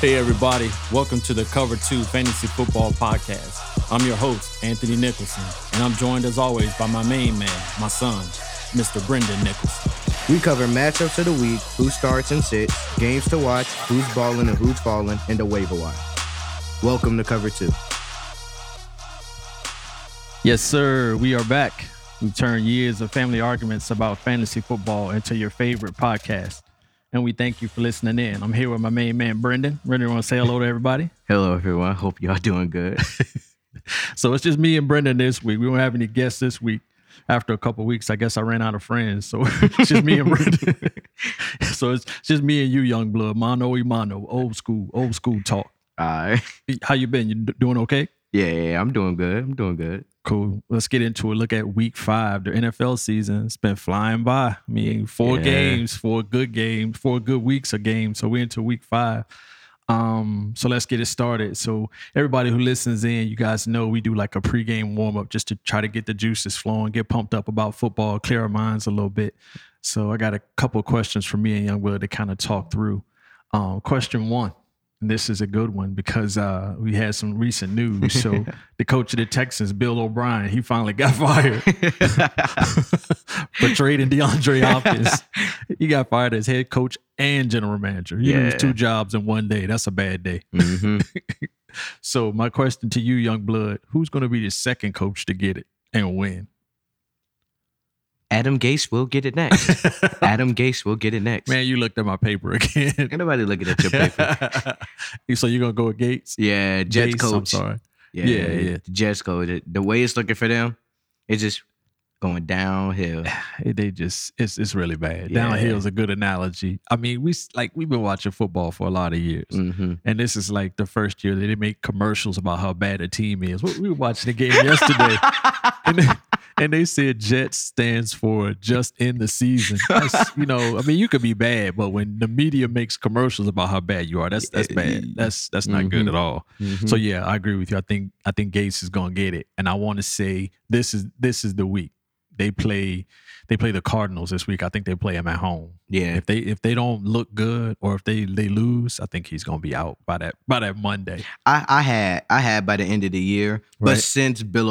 Hey, everybody. Welcome to the Cover 2 Fantasy Football Podcast. I'm your host, Anthony Nicholson, and I'm joined as always by my main man, my son, Mr. Brendan Nicholson. We cover matchups of the week, who starts and sits, games to watch, who's balling and who's falling, and the waiver wire. Welcome to Cover 2. Yes, sir. We are back. We turn years of family arguments about fantasy football into your favorite podcast. And we thank you for listening in. I'm here with my main man, Brendan. Brendan, want to say hello to everybody? Hello, everyone. Hope y'all doing good. So it's just me and Brendan this week. We don't have any guests this week. After a couple weeks, I guess I ran out of friends. So it's just me and Brendan. so it's just me and you, young blood, mano y mano, old school, old school talk. All right. How you been? You d- doing okay? Yeah, yeah, yeah, I'm doing good. I'm doing good. Cool. Let's get into it. Look at week five. The NFL season has been flying by. I mean, four Yeah. games, four good games, four good weeks of games. So we're into week five. Um, so let's get it started. So everybody who listens in, you guys know we do like a pregame warm up just to try to get the juices flowing, get pumped up about football, clear our minds a little bit. So I got a couple of questions for me and Young Will to kind of talk through. Um, question one, and this is a good one because uh, we had some recent news. So the coach of the Texans, Bill O'Brien, he finally got fired for trading DeAndre Hopkins. he got fired as head coach and general manager. You lose Yeah. two jobs in one day. That's a bad day. Mhm. So my question to you, young blood, who's going to be the second coach to get it and win? Adam Gase will get it next. Adam Gase will get it next. Man, you looked at my paper again. Ain't nobody looking at your paper. so you're gonna go with Gates? Yeah, Jets Gates, I'm coach. sorry. Yeah, Yeah, yeah. The Jets coach. The- The way it's looking for them, it's just going downhill. They just it's it's really bad. Yeah. Downhill's a good analogy. I mean, we s- like we've been watching football for a lot of years. hmm And this is like the first year that they make commercials about how bad a team is. We we were watching the game yesterday, and they, and they said Jets stands for just in the season. That's, you know, I mean, you could be bad, but when the media makes commercials about how bad you are, that's that's bad. That's that's not good Mhm. at all. Mm-hmm. So yeah, I agree with you. I think I think Gates is gonna get it, and I want to say this is this is the week they play they play the Cardinals this week. I think they play them at home. yeah, If they if they don't look good or if they they lose, I think he's gonna be out by that by that Monday. I, I had I had by the end of the year, Right. but since Bill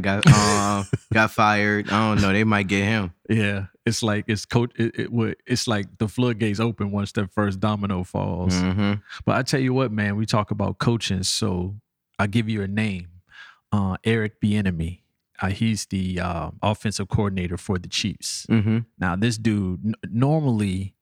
got um, got fired, I don't know. They might get him. Yeah, it's like it's coach. It, it would. It's like the floodgates open once that first domino falls. Mm-hmm. hmm But I tell you what, man, we talk about coaching, so I give you a name, uh, Eric Bieniemy. Uh, he's the uh, offensive coordinator for the Chiefs. hmm Now, this dude n- normally,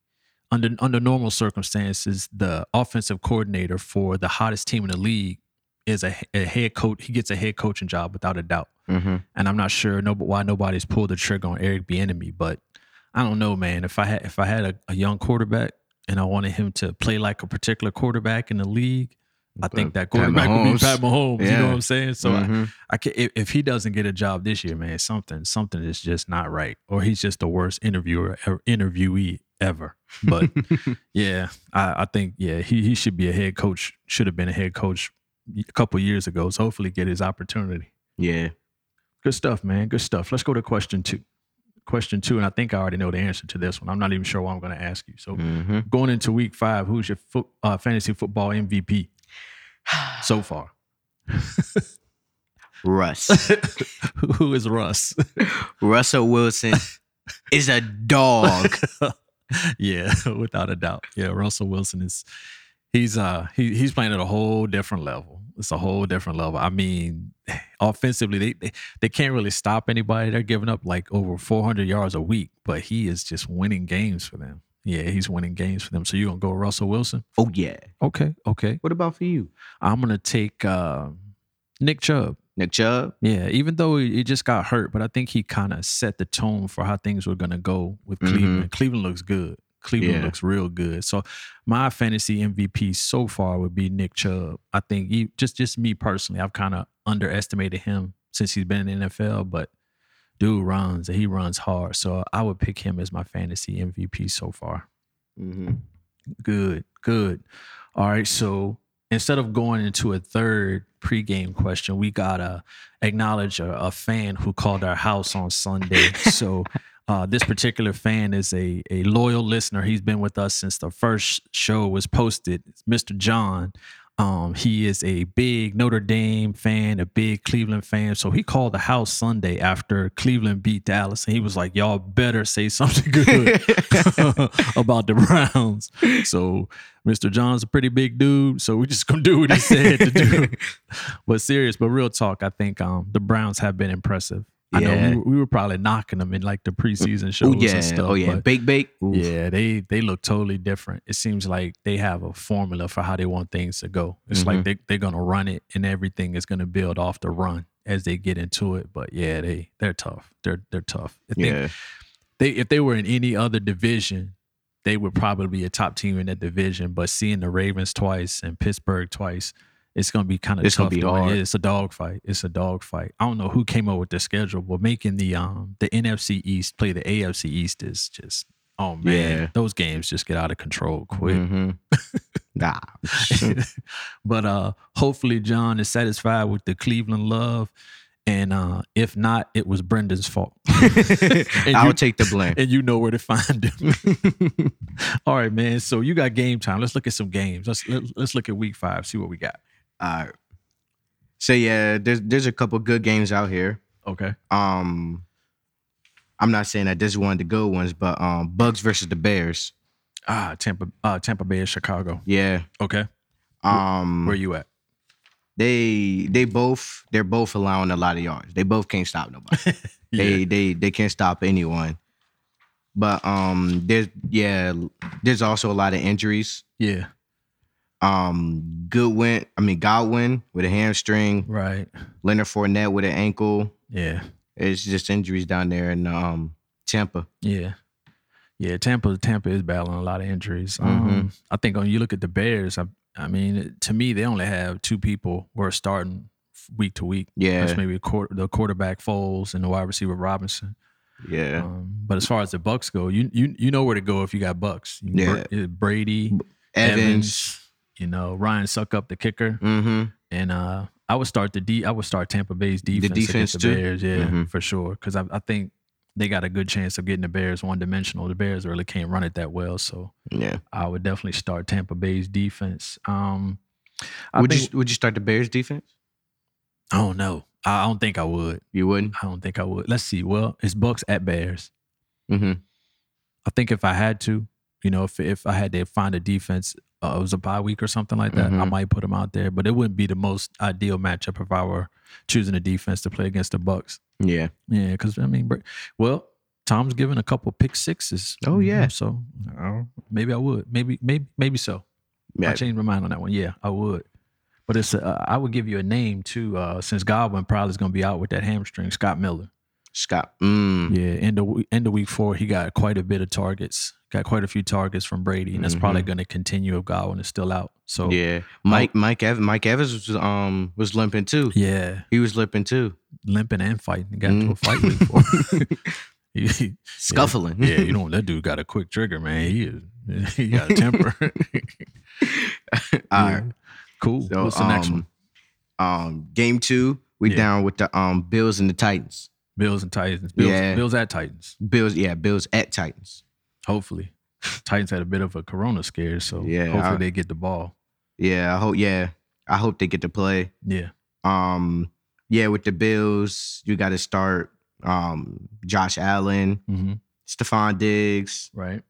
under under normal circumstances, the offensive coordinator for the hottest team in the league is a, a head coach. He gets a head coaching job without a doubt. hmm And I'm not sure no, why nobody's pulled the trigger on Eric Bieniemy, but I don't know, man. If I had if I had a, a young quarterback and I wanted him to play like a particular quarterback in the league, I think that Pat quarterback would be Mahomes. Pat Mahomes. You know Yeah. what I'm saying? So uh, I, Mhm. I can, if, if he doesn't get a job this year, man, something something is just not right, or he's just the worst interviewer or interviewee ever. But yeah, I, I think yeah he he should be a head coach. Should have been a head coach a couple years ago. So hopefully get his opportunity. yeah. Good stuff, man. Good stuff. Let's go to question two. Question two, and I think I already know the answer to this one. I'm not even sure what I'm going to ask you. So hmm going into week five, who's your foot, uh, fantasy football MVP so far? Russ. Who is Russ? Russell Wilson is a dog. yeah, without a doubt. Yeah, Russell Wilson is he's uh he he's playing at a whole different level. It's a whole different level. I mean, offensively they they, they can't really stop anybody. They're giving up like over 400 yards a week, but he is just winning games for them. Yeah, he's winning games for them. So you're going to go Russell Wilson? Oh yeah. Okay, okay. What about for you, I'm going to take uh, Nick Chubb. Nick Chubb? Yeah, even though he, he just got hurt, but I think he kind of set the tone for how things were going to go with Mhm. Cleveland. Cleveland looks good. Cleveland Yeah. looks real good. So my fantasy MVP so far would be Nick Chubb. I think he just just me personally, I've kind of underestimated him since he's been in the NFL, but dude runs and he runs hard. So I would pick him as my fantasy MVP so far. Mm-hmm. Good, good. All right, so instead of going into a third pregame question, we gotta acknowledge a, a fan who called our house on Sunday. so Uh, this particular fan is a a loyal listener. He's been with us since the first show was posted. It's Mr. John. Um, he is a big Notre Dame fan, a big Cleveland fan. So he called the house Sunday after Cleveland beat Dallas, and he was like, "Y'all better say something good about the Browns." So Mr. John's a pretty big dude, so we just gonna do what he said to do. but serious, but real talk, I think um, the Browns have been impressive. I know Yeah. we were, we were probably knocking them in like the preseason shows Oh yeah, and stuff. oh yeah, but- bake bake. Ooh. yeah, they they look totally different. It seems like they have a formula for how they want things to go. It's like they they're gonna run it, and everything is gonna build off the run as they get into it. But yeah, they they're tough. They're they're tough. I think yeah, they if they were in any other division, they would probably be a top team in that division. But seeing the Ravens twice and Pittsburgh twice, it's gonna be kind of It's tough. gonna be to win. hard. It's a dogfight. It's a dogfight. I don't know who came up with the schedule, but making the um the NFC East play the AFC East is just oh man, Yeah. those games just get out of control quick. Mhm. nah, but uh hopefully John is satisfied with the Cleveland love. And uh, if not, it was Brendan's fault. And I'll you- take the blame. and you know where to find them. All right, man. So you got game time. Let's look at some games. Let's let, let's look at week five. See what we got. All right. So yeah, there's there's a couple good games out here. Okay. Um, I'm not saying that this is one of the good ones, but um, Bugs versus the Bears. Ah, Tampa, uh, Tampa Bay, and Chicago. Yeah. Okay. Um, Where you at? they they both they're both allowing a lot of yards. They both can't stop nobody. They they they can't stop anyone. But um, there's yeah, there's also a lot of injuries. Yeah. Um, Goodwin, I mean Godwin with a hamstring, Right. Leonard Fournette with an ankle. Yeah. It's just injuries down there in um Tampa. Yeah. Yeah. Tampa, Tampa is battling a lot of injuries. Um, I think when you look at the Bears, I, I mean, to me, they only have two people who are starting week to week. That's Yeah, maybe a quarter, the quarterback Foles and the wide receiver Robinson. yeah. Um, but as far as the Bucks go, you you you know where to go if you got Bucks. You Br- Yeah. Brady, Evans. Evans. you know Ryan suck up the kicker, Mm-hmm. and uh, I would start the D. I would start Tampa Bay's defense, defense against the too? Bears, yeah, Mhm. for sure. Because I, I think they got a good chance of getting the Bears one dimensional. The Bears really can't run it that well, so Yeah. I would definitely start Tampa Bay's defense. Um, I Would think, you would you start the Bears defense? I don't know. I I don't think I would. You wouldn't. I don't think I would. Let's see. Well, it's Bucks at Bears. Mm-hmm. I think if I had to, you know, if if I had to find a defense, uh, it was a bye week or something like that, I Mhm. might put them out there. But it wouldn't be the most ideal matchup if I were choosing a defense to play against the Bucks. Yeah. Yeah, because I mean, br- well, Tom's given a couple pick sixes. Mm-hmm. Oh, yeah. Oh. so uh, maybe I would. Maybe maybe maybe so. I Yeah. changed my mind on that one. Yeah, I would. But it's uh, I would give you a name too, uh, since Godwin probably is going to be out with that hamstring. Scott Miller. Scott. Mm. Yeah, end of we- end of week four, he got quite a bit of targets. Got quite a few targets from Brady, and that's probably going to continue if Godwin is still out. So Mm-hmm. Yeah. Mike Mike Evans Mike Evans was um was limping too. yeah, He was limping too. limping and fighting. He got into a Mm. fight week four. He- Scuffling. yeah, you know that dude got a quick trigger, man. He is he got a temper. All Yeah. right. Cool. So, What's the next one? Um game two, we Yeah. down with the um Bills and the Titans. Bills and Titans. Bills, yeah. Bills at Titans. Bills, yeah, Bills at Titans. Hopefully, Titans had a bit of a corona scare, so Yeah, hopefully I- they get the ball. Yeah, I hope yeah. I hope they get to play. Yeah, Um yeah, with the Bills, you gotta start um Josh Allen, hmm Stephon Diggs, right.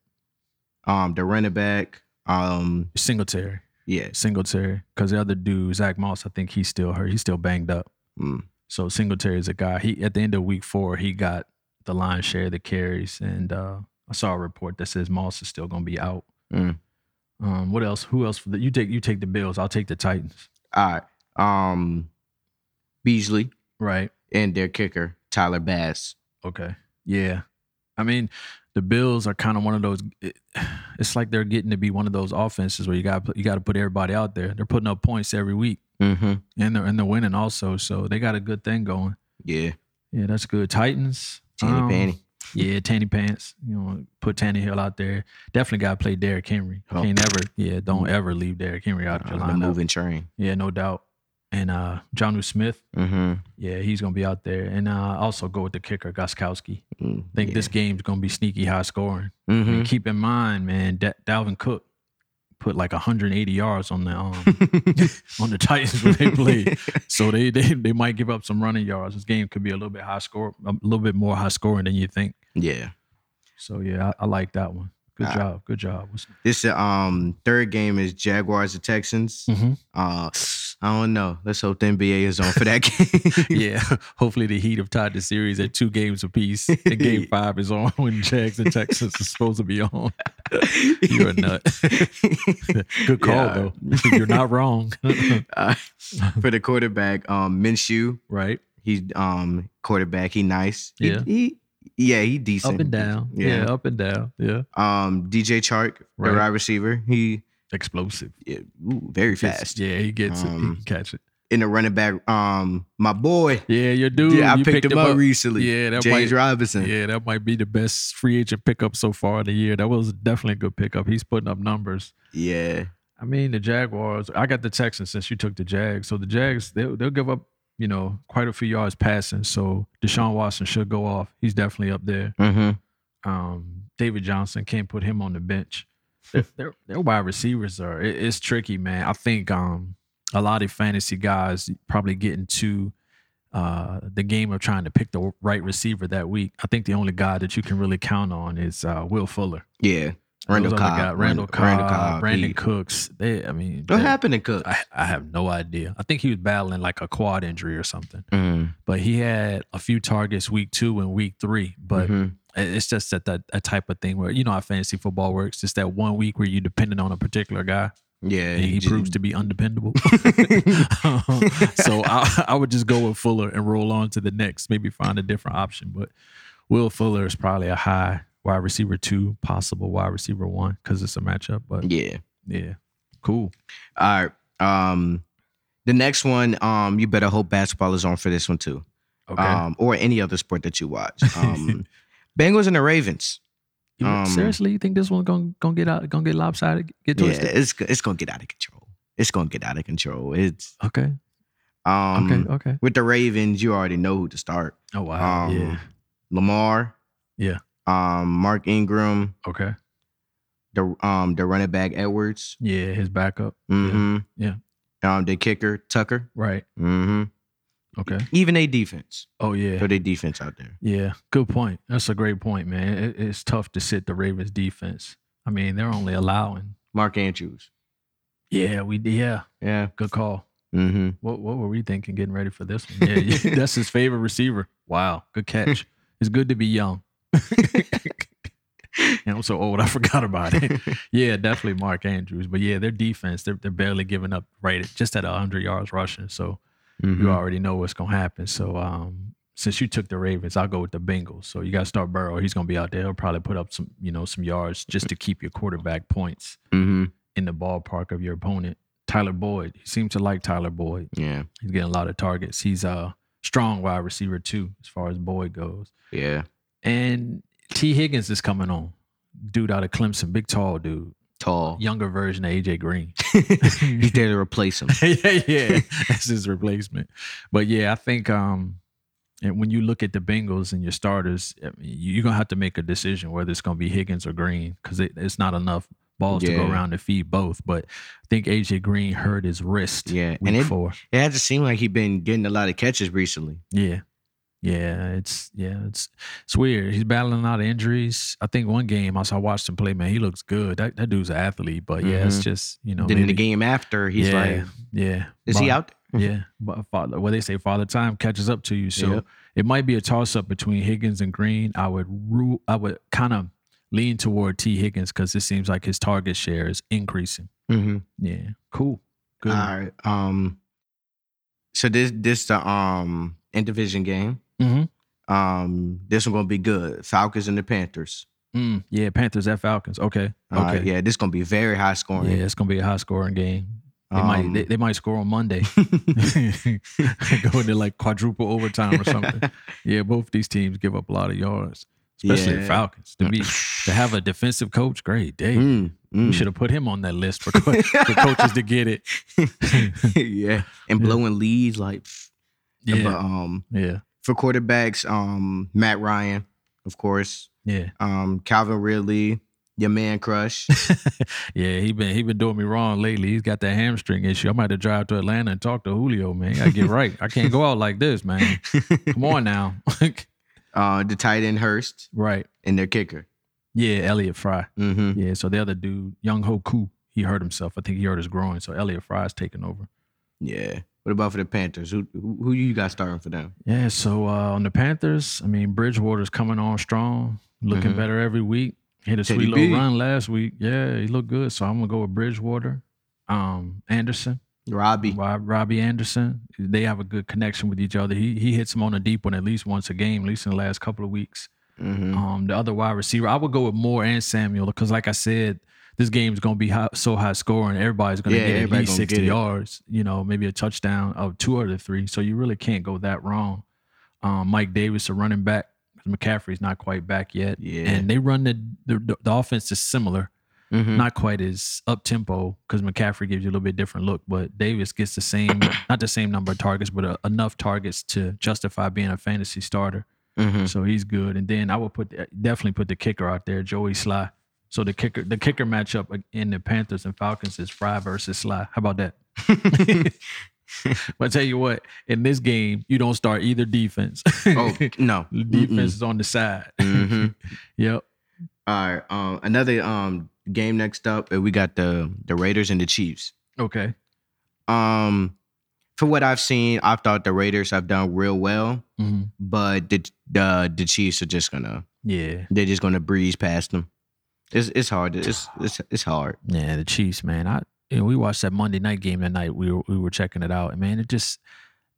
um, the running back. Um, Singletary. yeah. Singletary, because the other dude, Zach Moss, I think he's still hurt. He's still banged up. Mm. So Singletary is a guy. He at the end of week four, he got the lion's share of the carries, and uh, I saw a report that says Moss is still going to be out. Mm. Um, what else? Who else? For the, you take you take the Bills. I'll take the Titans. All right. Um, Beasley Right. and their kicker Tyler Bass. Okay. Yeah. I mean, the Bills are kind of one of those. it- it's like they're getting to be one of those offenses where you got you got to put everybody out there. They're putting up points every week, Mm-hmm. and they're and they're winning also. So they got a good thing going. Yeah. Yeah, that's good. Titans. Tanny um, Panny. Yeah, Tanny Pants. You know, put Tanny Hill out there. Definitely gotta play Derrick Henry. Oh. Can't ever yeah, don't ever leave Derrick Henry out On your the lineup. moving train. Yeah, no doubt. and uh Johnu Smith. Mm-hmm. Yeah, he's gonna be out there. And uh also go with the kicker, Goskowski. Mm, Think yeah. this game's gonna be sneaky high scoring. Mhm. And keep in mind, man, da- Dalvin Cook put like 180 yards on the um, Mm-hmm. on the Titans when they played, so they, they they might give up some running yards. This game could be a little bit high score, a little bit more high scoring than you think. Yeah. So yeah, I, I like that one. Good Ah. job, good job. What's- This uh, um third game is Jaguars and Texans. Mhm. Uh, I don't know. Let's hope the NBA is on for that game. Yeah, hopefully the Heat have tied the series at two games apiece. And game five is on when Jags and Texas is supposed to be on. You're a nut. Good call Yeah. though. You're not wrong. Uh, for the quarterback, um, Minshew. right? He's um quarterback. He nice. He- Yeah. He, yeah, he decent. Up and down. yeah, Yeah. up and down. Yeah. Um, DJ Chark, Right. the wide receiver. He explosive. yeah, ooh, very Gets- fast. Yeah, he gets it. He Um, can catch it. In the running back, um, my boy. Yeah, your dude. yeah, I you picked, him up, recently. Yeah, that James might. Robinson. Yeah, that might be the best free agent pickup so far in the year. That was definitely a good pickup. He's putting up numbers. yeah. I mean, the Jaguars. I got the Texans since you took the Jags. So the Jags, they'll, they'll give up, you know, quite a few yards passing. So Deshaun Watson should go off. He's definitely up there. Mm-hmm. Um, David Johnson can't put him on the bench. Their- Their their wide receivers are it- it's tricky, man. I think um a lot of fantasy guys probably getting to uh the game of trying to pick the right receiver that week. I think the only guy that you can really count on is uh Will Fuller. Yeah. Those Randall other guy- Cobb. Randall Cobb, Brandon he- Cooks. They, I mean, What they- happened to Cook? I, I have no idea. I think he was battling like a quad injury or something, Mm, but he had a few targets week two and week three. But mhm. it- it's just that, that that type of thing where you know how fantasy football works. It's that one week where you're dependent on a particular guy, yeah, and he just- proves to be undependable. so I, I would just go with Fuller and roll on to the next. Maybe find a different option, but Will Fuller is probably a high wide receiver two, possible wide receiver one because it's a matchup. But yeah. yeah, cool. All right. Um, the next one, um, you better hope basketball is on for this one too, Okay, um, or any other sport that you watch. Um, Bengals and the Ravens. You- um, seriously, you think this one gonna gonna get out? Gonna get lopsided? Get Yeah, twisted? it's go- it's gonna get out of control. It's gonna get out of control. It's Okay, um okay, okay. with the Ravens, you already know who to start. Oh wow, um, yeah, Lamar. Yeah. Um, Mark Ingram, okay, the um the running back Edwards. yeah. His backup, Mm-hmm. Yeah. Um, the kicker Tucker. right? Mm-hmm. Okay. Even a defense. Oh yeah. Throw their defense out there. Yeah. Good point. That's a great point, man. It, it's tough to sit the Ravens defense. I mean, they're only allowing. Mark Andrews. Yeah, we yeah. Yeah. Good call. Mm-hmm. What what were we thinking getting ready for this one? Yeah, yeah that's his favorite receiver. Wow. Good catch. it's good to be young. And I'm so old, I forgot about it. yeah, definitely Mark Andrews. But yeah, their defense, they're, they're barely giving up right at just at 100 yards rushing. So Mm-hmm. you already know what's gonna happen. So um, since you took the Ravens, I'll go with the Bengals. So you got to start Burrow. He's gonna be out there. He'll probably put up some, you know, some yards just to keep your quarterback points Mm-hmm. in the ballpark of your opponent. Tyler Boyd. He seems to like Tyler Boyd. Yeah. He's getting a lot of targets. He's a strong wide receiver too, as far as Boyd goes. Yeah. And T. Higgins is coming on. Dude out of Clemson, big tall dude, Tall. younger version of AJ Green. He's there to replace him. yeah, yeah. That's his replacement. But yeah, I think um and when you look at the Bengals and your starters, I mean, you're gonna have to make a decision whether it's gonna be Higgins or Green because it, it's not enough balls to go Yeah. around to feed both. But I think AJ Green hurt his wrist. Yeah. week And it, four. it has to seem like he's been getting a lot of catches recently. Yeah. Yeah, it's yeah, it's it's weird. He's battling a lot of injuries. I think one game I saw I watched him play, man, he looks good. That that dude's an athlete, but yeah, it's Mhm. just you know. then in the Oh, maybe- game after, he's yeah, like, yeah. is he Bye. out there? yeah, but father, well, they say father time catches up to you, so Mm-hmm. Yep. it might be a toss up between Higgins and Green. I would rule, I would kind of lean toward T Higgins because it seems like his target share is increasing. Mm-hmm. Yeah, cool, good. All right. Um, so this this the um interdivision game. Mhm. Um, this one gonna be good. Falcons and the Panthers. Mm, yeah, Panthers at Falcons. Okay, All right, okay, yeah, this gonna be very high scoring. yeah. It's gonna be a high scoring game. They might, Um, they, they might score on Monday. Go into like quadruple overtime or something. yeah, both these teams give up a lot of yards. especially the Yeah. Falcons. To me, to have a defensive coach, great day. Mm, We mm. should have put him on that list for, co- for coaches to get it. yeah, and Yeah. blowing leads like. pfft. But Yeah, um, yeah, for quarterbacks, um, Matt Ryan, of course, yeah, um, Calvin Ridley, your man crush. yeah. He been he been doing me wrong lately. He's got that hamstring issue. I'm about to drive to Atlanta and talk to Julio. Man, I get right. I can't go out like this, man. Come on now. uh, the tight end Hurst right. and their kicker. Yeah, Elliot Fry. Mm-hmm. Yeah. So the other dude, Young Ho Koo, he hurt himself. I think he hurt his groin. So Elliot Fry's taking over. Yeah. What about for the Panthers? Who who, who you got starting for them? Yeah, so uh, on the Panthers, I mean Bridgewater's coming on strong, looking Mhm. better every week. Hit a Teddy sweet little B. run last week. Yeah, he looked good. So I'm gonna go with Bridgewater, um, Anderson, Robbie. Rob, Robbie Anderson. They have a good connection with each other. He he hits him on a deep one at least once a game, at least in the last couple of weeks. Mm-hmm. Um, the other wide receiver, I would go with Moore and Samuel because, like I said, this game's gonna be high, so high scoring. Everybody's gonna Yeah, get at everybody least gonna sixty get it. yards. You know, maybe a touchdown of two out of three. So you really can't go that wrong. Um, Mike Davis, a running back. McCaffrey's not quite back yet. Yeah. And they run the the, the offense is similar, Mm-hmm. not quite as up tempo because McCaffrey gives you a little bit different look, but Davis gets the same, not the same number of targets, but uh enough targets to justify being a fantasy starter. Mm-hmm. So he's good. And then I would put definitely put the kicker out there, Joey Sly. So the kicker the kicker matchup in the Panthers and Falcons is Fry versus Sly. How about that? but I tell you what, in this game, you don't start either defense. Oh no. The defense is on the side. Mm-hmm. Yep. All right. Um, another um game next up. uh, We got the the Raiders and the Chiefs. Okay. Um, for what I've seen, I've thought the Raiders have done real well, hmm but the the, the Chiefs are just gonna Yeah. they're just gonna breeze past them. It's it's hard. It's it's it's hard. Yeah, the Chiefs, man. I you know, we watched that Monday night game that night. We were we were checking it out, and man, it just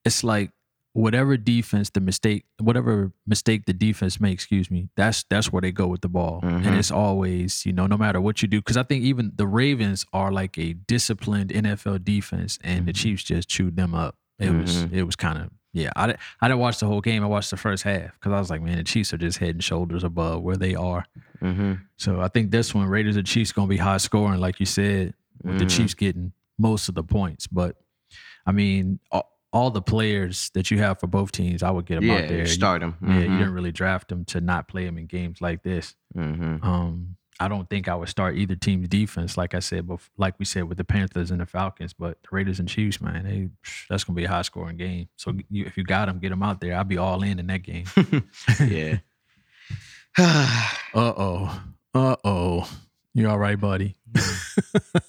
it's like whatever defense the mistake, whatever mistake the defense makes, excuse me, that's that's where they go with the ball, and Mhm. it's always you know no matter what you do, because I think even the Ravens are like a disciplined NFL defense, and the Mhm. Chiefs just chewed them up. It was it was kind of. Yeah, I, di- I didn't watch the whole game. I watched the first half because I was like, man, the Chiefs are just head and shoulders above where they are. Mm-hmm. So I think this one, Raiders and Chiefs, gonna be high scoring, like you said, with the Mhm. Chiefs getting most of the points. But I mean, all, all the players that you have for both teams, I would get them out Mm-hmm. Yeah, there. start Mm-hmm. them. You, Yeah, you didn't really draft them to not play them in games like this. Mm-hmm. Um, I don't think I would start either team's defense, like I said, bef- like we said with the Panthers and the Falcons. But the Raiders and Chiefs, man, they, that's gonna be a high scoring game. So you, if you got them, get them out there. I'd be all in in that game. yeah. I'm Uh oh. Uh oh. You all right, buddy?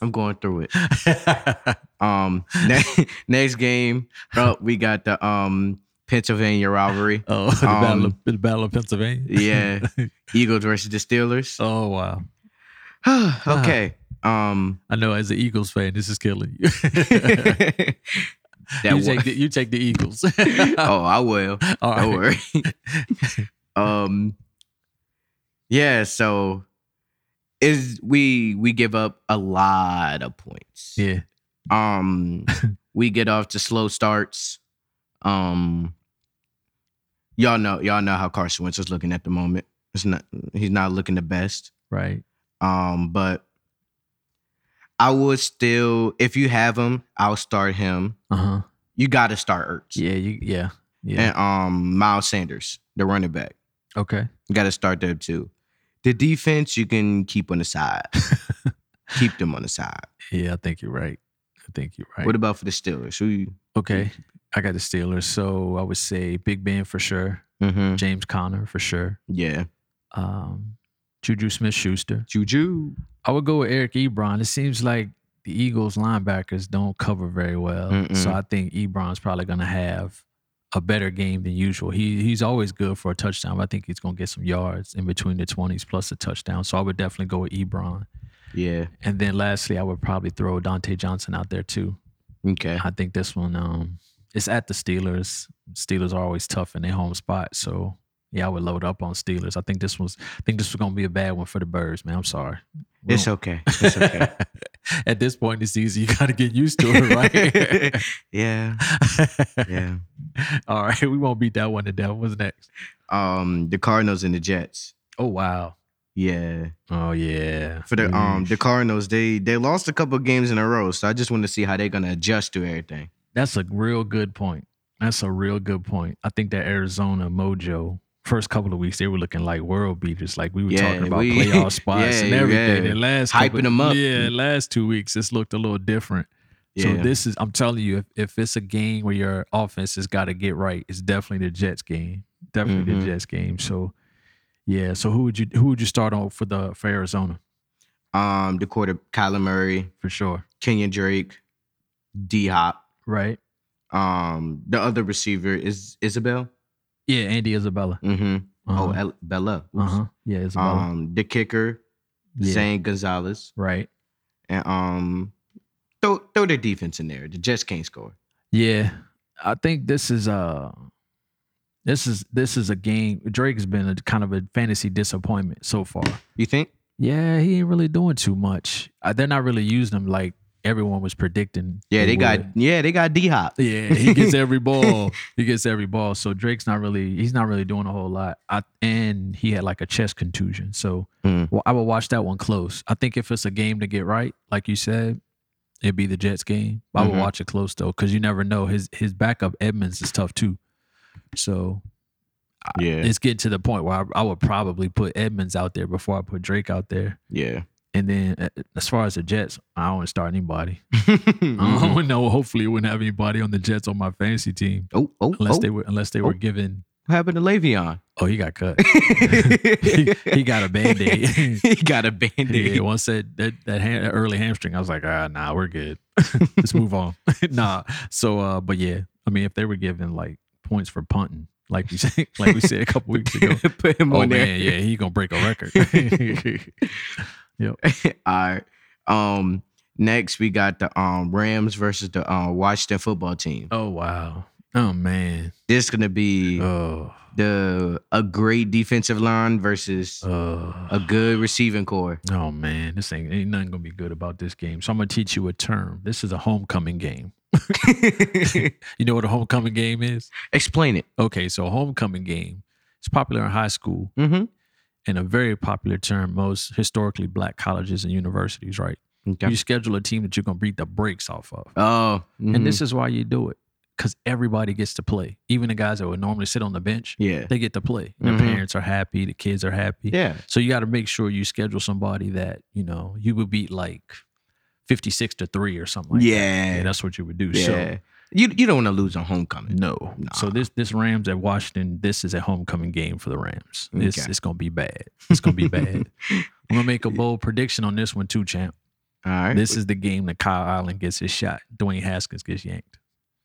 going through it. Um, ne- next game up, we got the um Pennsylvania rivalry. Oh, the, Battle of, Um, the Battle of Pennsylvania. Yeah, Eagles versus the Steelers. Oh wow. Oh, okay. Um, I know. As an Eagles fan, this is killing you. that you one- take the, you take the Eagles. oh, I will. All Don't right. worry. um, yeah. So is we we give up a lot of points. Yeah. Um, we get off to slow starts. Um, y'all know y'all know how Carson Wentz is looking at the moment. It's not he's not looking the best. Right. Um, but I would still if you have him, I'll start him. Uh huh. You got to start Ertz Yeah. You. Yeah. Yeah. and um Miles Sanders, the running back. Okay. You got to start there too. The defense you can keep on the side. keep them on the side. Yeah. I think you're right. I think you're right. What about for the Steelers? Who you? okay. I got the Steelers, so I would say Big Ben for sure, Mm-hmm. James Conner for sure, Yeah, um, Juju Smith Schuster. Juju. I would go with Eric Ebron. It seems like the Eagles linebackers don't cover very well. Mm-mm. So I think Ebron's probably gonna have a better game than usual. He he's always good for a touchdown, but I think he's gonna get some yards in between the twenties plus a touchdown. So I would definitely go with Ebron. Yeah. And then lastly, I would probably throw Dante Johnson out there too. Okay. I think this one um it's at the Steelers. Steelers are always tough in their home spot. So yeah, I would load up on Steelers. I think this was I think this was gonna be a bad one for the birds, man. I'm sorry. We It's don't- okay. It's okay. At this point in the season, you got to get used to it, yeah. right? Yeah. All right, we won't beat that one to death. What's next? Um, the Cardinals and the Jets. Oh wow. Yeah. Oh yeah. Mm, For the um Yeesh. the Cardinals, they they lost a couple games in a row, so I just want to see how they're gonna adjust to everything. That's a real good point. That's a real good point. I think that Arizona Mojo first couple of weeks they were looking like world beaters. Like we were Yeah, talking about we- playoff spots and yeah, everything. yeah. And last Hyping couple- them up. Yeah, last two weeks it's looked a little different. Yeah. So this is I'm telling you, if, if it's a game where your offense has got to get right, it's definitely the Jets game. Definitely Mhm. the Jets game. So yeah. So who would you who would you start on for the for Arizona um the quarter Kyler Murray, for sure? Kenyon Drake, D Hop. Right? Um the other receiver is Isabel. Yeah, Andy Isabella. Mm-hmm. Oh, Uh-huh. El- Bella. uh Oops. huh. Yeah, Isabella. Um the kicker, Yeah. Zane Gonzalez. Right. And um throw throw their defense in there. The Jets can't score. Yeah, I think this is uh this is this is a game. Drake's been a kind of a fantasy disappointment so far. You think? Yeah, he ain't really doing too much. Uh, they're not really using him like everyone was predicting. Yeah, they got would. yeah, they got D Hop. Yeah, he gets every ball. He gets every ball. So Drake's not really he's not really doing a whole lot. I, and he had like a chest contusion. So Mm. well, I would watch that one close. I think if it's a game to get right, like you said, it'd be the Jets game. I would Mhm. watch it close though, because you never know. His his backup Edmonds is tough too. So Yeah. it's getting to the point where I, I would probably put Edmonds out there before I put Drake out there. Yeah. And then uh, as far as the Jets, I don't start anybody. I Mhm. don't know. Um, Hopefully, it wouldn't have anybody on the Jets on my fantasy team Oh, oh, unless oh. they were unless they Oh. were given. what happened to Le'Veon? Oh, he got cut. he, he got a band aid. he got a band-aid. Yeah, once that that that ha- that early hamstring, I was like, ah, nah, we're good. Let's move on. nah. So, uh, but yeah, I mean, if they were given like points for punting, like we said, like we said a couple weeks ago, Put him oh on man, there. yeah, he gonna break a record. All right. Um, next we got the um Rams versus the um Washington football team. oh wow. Oh man. This gonna be Oh. the a great defensive line versus a Oh. good receiving core. Oh man, this ain't ain't nothing gonna be good about this game. So I'm gonna teach you a term. This is a homecoming game. You know what a homecoming game is? Explain it. Okay, so a homecoming game. It's popular in high school. Mm-hmm. and a very popular term most historically black colleges and universities, right? Okay. You schedule a team that you're gonna beat the brakes off of. Oh, mhm. And this is why you do it. Cause everybody gets to play. Even the guys that would normally sit on the bench, mm-hmm. yeah, they get to play. Their Mhm. parents are happy, the kids are happy. yeah. So you gotta make sure you schedule somebody that, you know, you would beat like fifty six to three or something like that. yeah, Yeah, that's what you would do. yeah. So you you don't want to lose on homecoming. no. So Nah. this this Rams at Washington, this is a homecoming game for the Rams. This Okay. it's gonna be bad. It's gonna be bad. I'm gonna make a bold prediction on this one too, champ. All right. This is the game that Kyle Allen gets his shot. Dwayne Haskins gets yanked.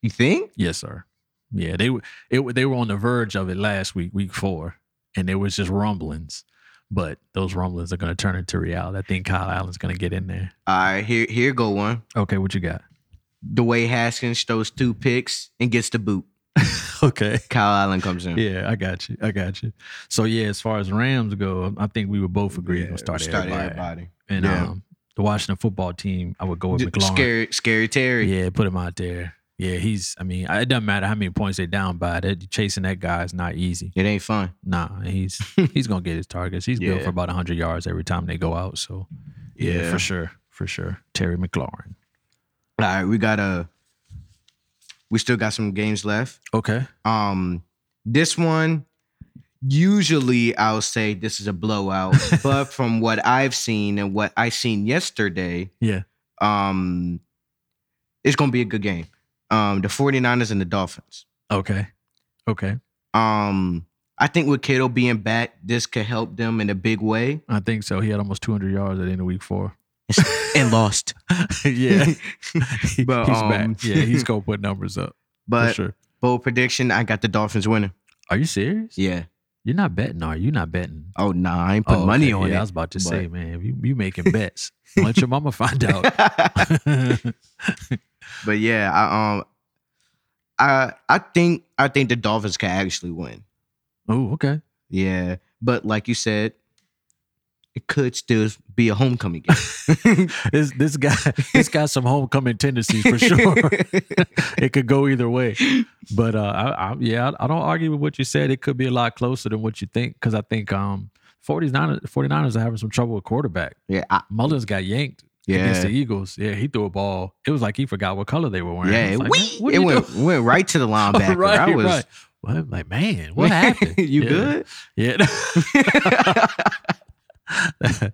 you think? Yes, sir. Yeah, they were it, wa- they were on the verge of it last week, week four, and there was just rumblings. But those rumblings are gonna turn into reality. I think Kyle Allen's gonna get in there. All right. Here here go one. Okay, what you got? Dwayne Haskins throws two picks and gets the boot. Okay. Kyle Allen comes in. Yeah, I got you. I got you. So yeah, as far as Rams go, um, I think we would both agree Yeah, we'll start, start everybody. everybody. And Yeah. um, the Washington football team, I would go with D- McLaurin. Scary, scary Terry. Yeah, put him out there. Yeah, he's. I mean, it doesn't matter how many points they're down by. That chasing that guy is not easy. It ain't fun. Nah, he's he's gonna get his targets. He's built Yeah. for about hundred yards every time they go out. So yeah, Yeah. for sure, for sure. Terry McLaurin. All right, we got a. We still got some games left. Okay. Um, this one, usually I'll say this is a blowout, but from what I've seen and what I seen yesterday, Yeah. um, it's gonna be a good game. Um, the 49ers and the Dolphins. Okay. Okay. Um, I think with Kittle being back, this could help them in a big way. I think so. He had almost two hundred yards at the end of week four. and lost. yeah. But, he's um, back. Yeah, he's gonna put numbers up But for sure. bold prediction, I got the Dolphins winning. Are you serious? Yeah. You're not betting, are you? You're not betting. Oh nah, I ain't putting okay. money on yeah, I it. was about to say, man, you you making bets. Don't let your mama find out. but yeah, I um I I think I think the Dolphins can actually win. oh, okay. Yeah. But like you said, it could still be a homecoming game. This this guy this got some homecoming tendencies for sure. it could go either way, but uh, I, I, yeah, I, I don't argue with what you said. It could be a lot closer than what you think because I think um 49 49ers are having some trouble with quarterback. Yeah, I, Mullins got yanked against yeah, the Eagles. Yeah, he threw a ball. It was like he forgot what color they were wearing. yeah. It's It, like, man, what it are you went doing? Oh, went right to the linebacker. I Right, was right. Well, I'm like, man, what happened? you Yeah. good? Yeah. Yeah,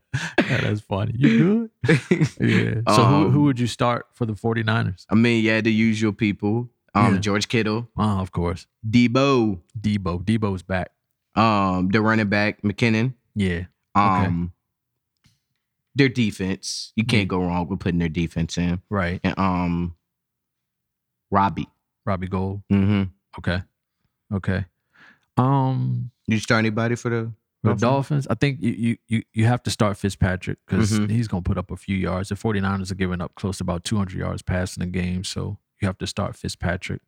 that's funny. You good? Yeah. So who, who Um, would you start for the 49ers? I mean, yeah, the usual people. Um, Yeah. George Kittle, Oh, of course. Debo, Debo. Debo's back. um, the running back McKinnon. Yeah. Okay. Um, their defense. You can't Yeah. go wrong with putting their defense in. Right. And um, Robbie. Robbie Gold. Mm-hmm. Okay. Okay. Um You start anybody for the the Dolphins? Dolphins, I think you you you, you have to start Fitzpatrick because Mhm. he's gonna put up a few yards. The 49ers are giving up close to about 200 yards passing a game, so you have to start Fitzpatrick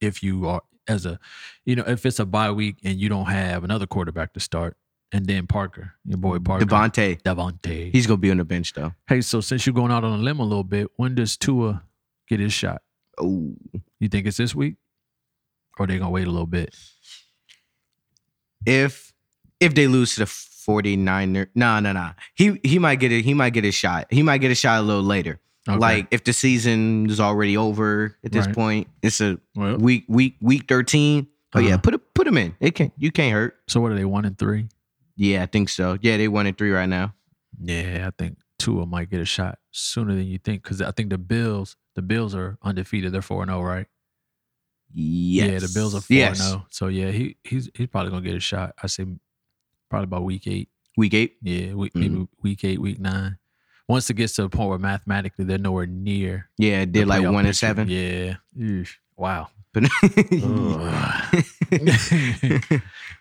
if you are as a you know if it's a bye week and you don't have another quarterback to start, and then Parker, your boy Parker, Mm-hmm. Devontae. Devontae. He's gonna be on the bench though. hey, so since you're going out on a limb a little bit, when does Tua get his shot? Oh, You think it's this week, or they gonna wait a little bit? if if they lose to the 49er, no, no, no. He he might get it. He might get a shot. He might get a shot a little later. Okay. Like if the season is already over at this Right. point, it's a Well, week week week 13 Oh yeah, Uh-huh. put a, put him in. It can you can't hurt. so what are they one and three? Yeah, I think so. Yeah, they one and three right now. Yeah, I think Tua might get a shot sooner than you think because I think the Bills, the Bills are undefeated. They're four four zero, right? Yes. Yeah, the Bills are four oh. Yes. zero. So yeah, he he's he's probably gonna get a shot. I say probably about week eight. Week eight. Yeah, week, Mm-hmm. maybe week eight, week nine. Once it gets to the point where mathematically they're nowhere near, Yeah, the they're like playoff one and picture. seven. Yeah. Eesh. Wow. But-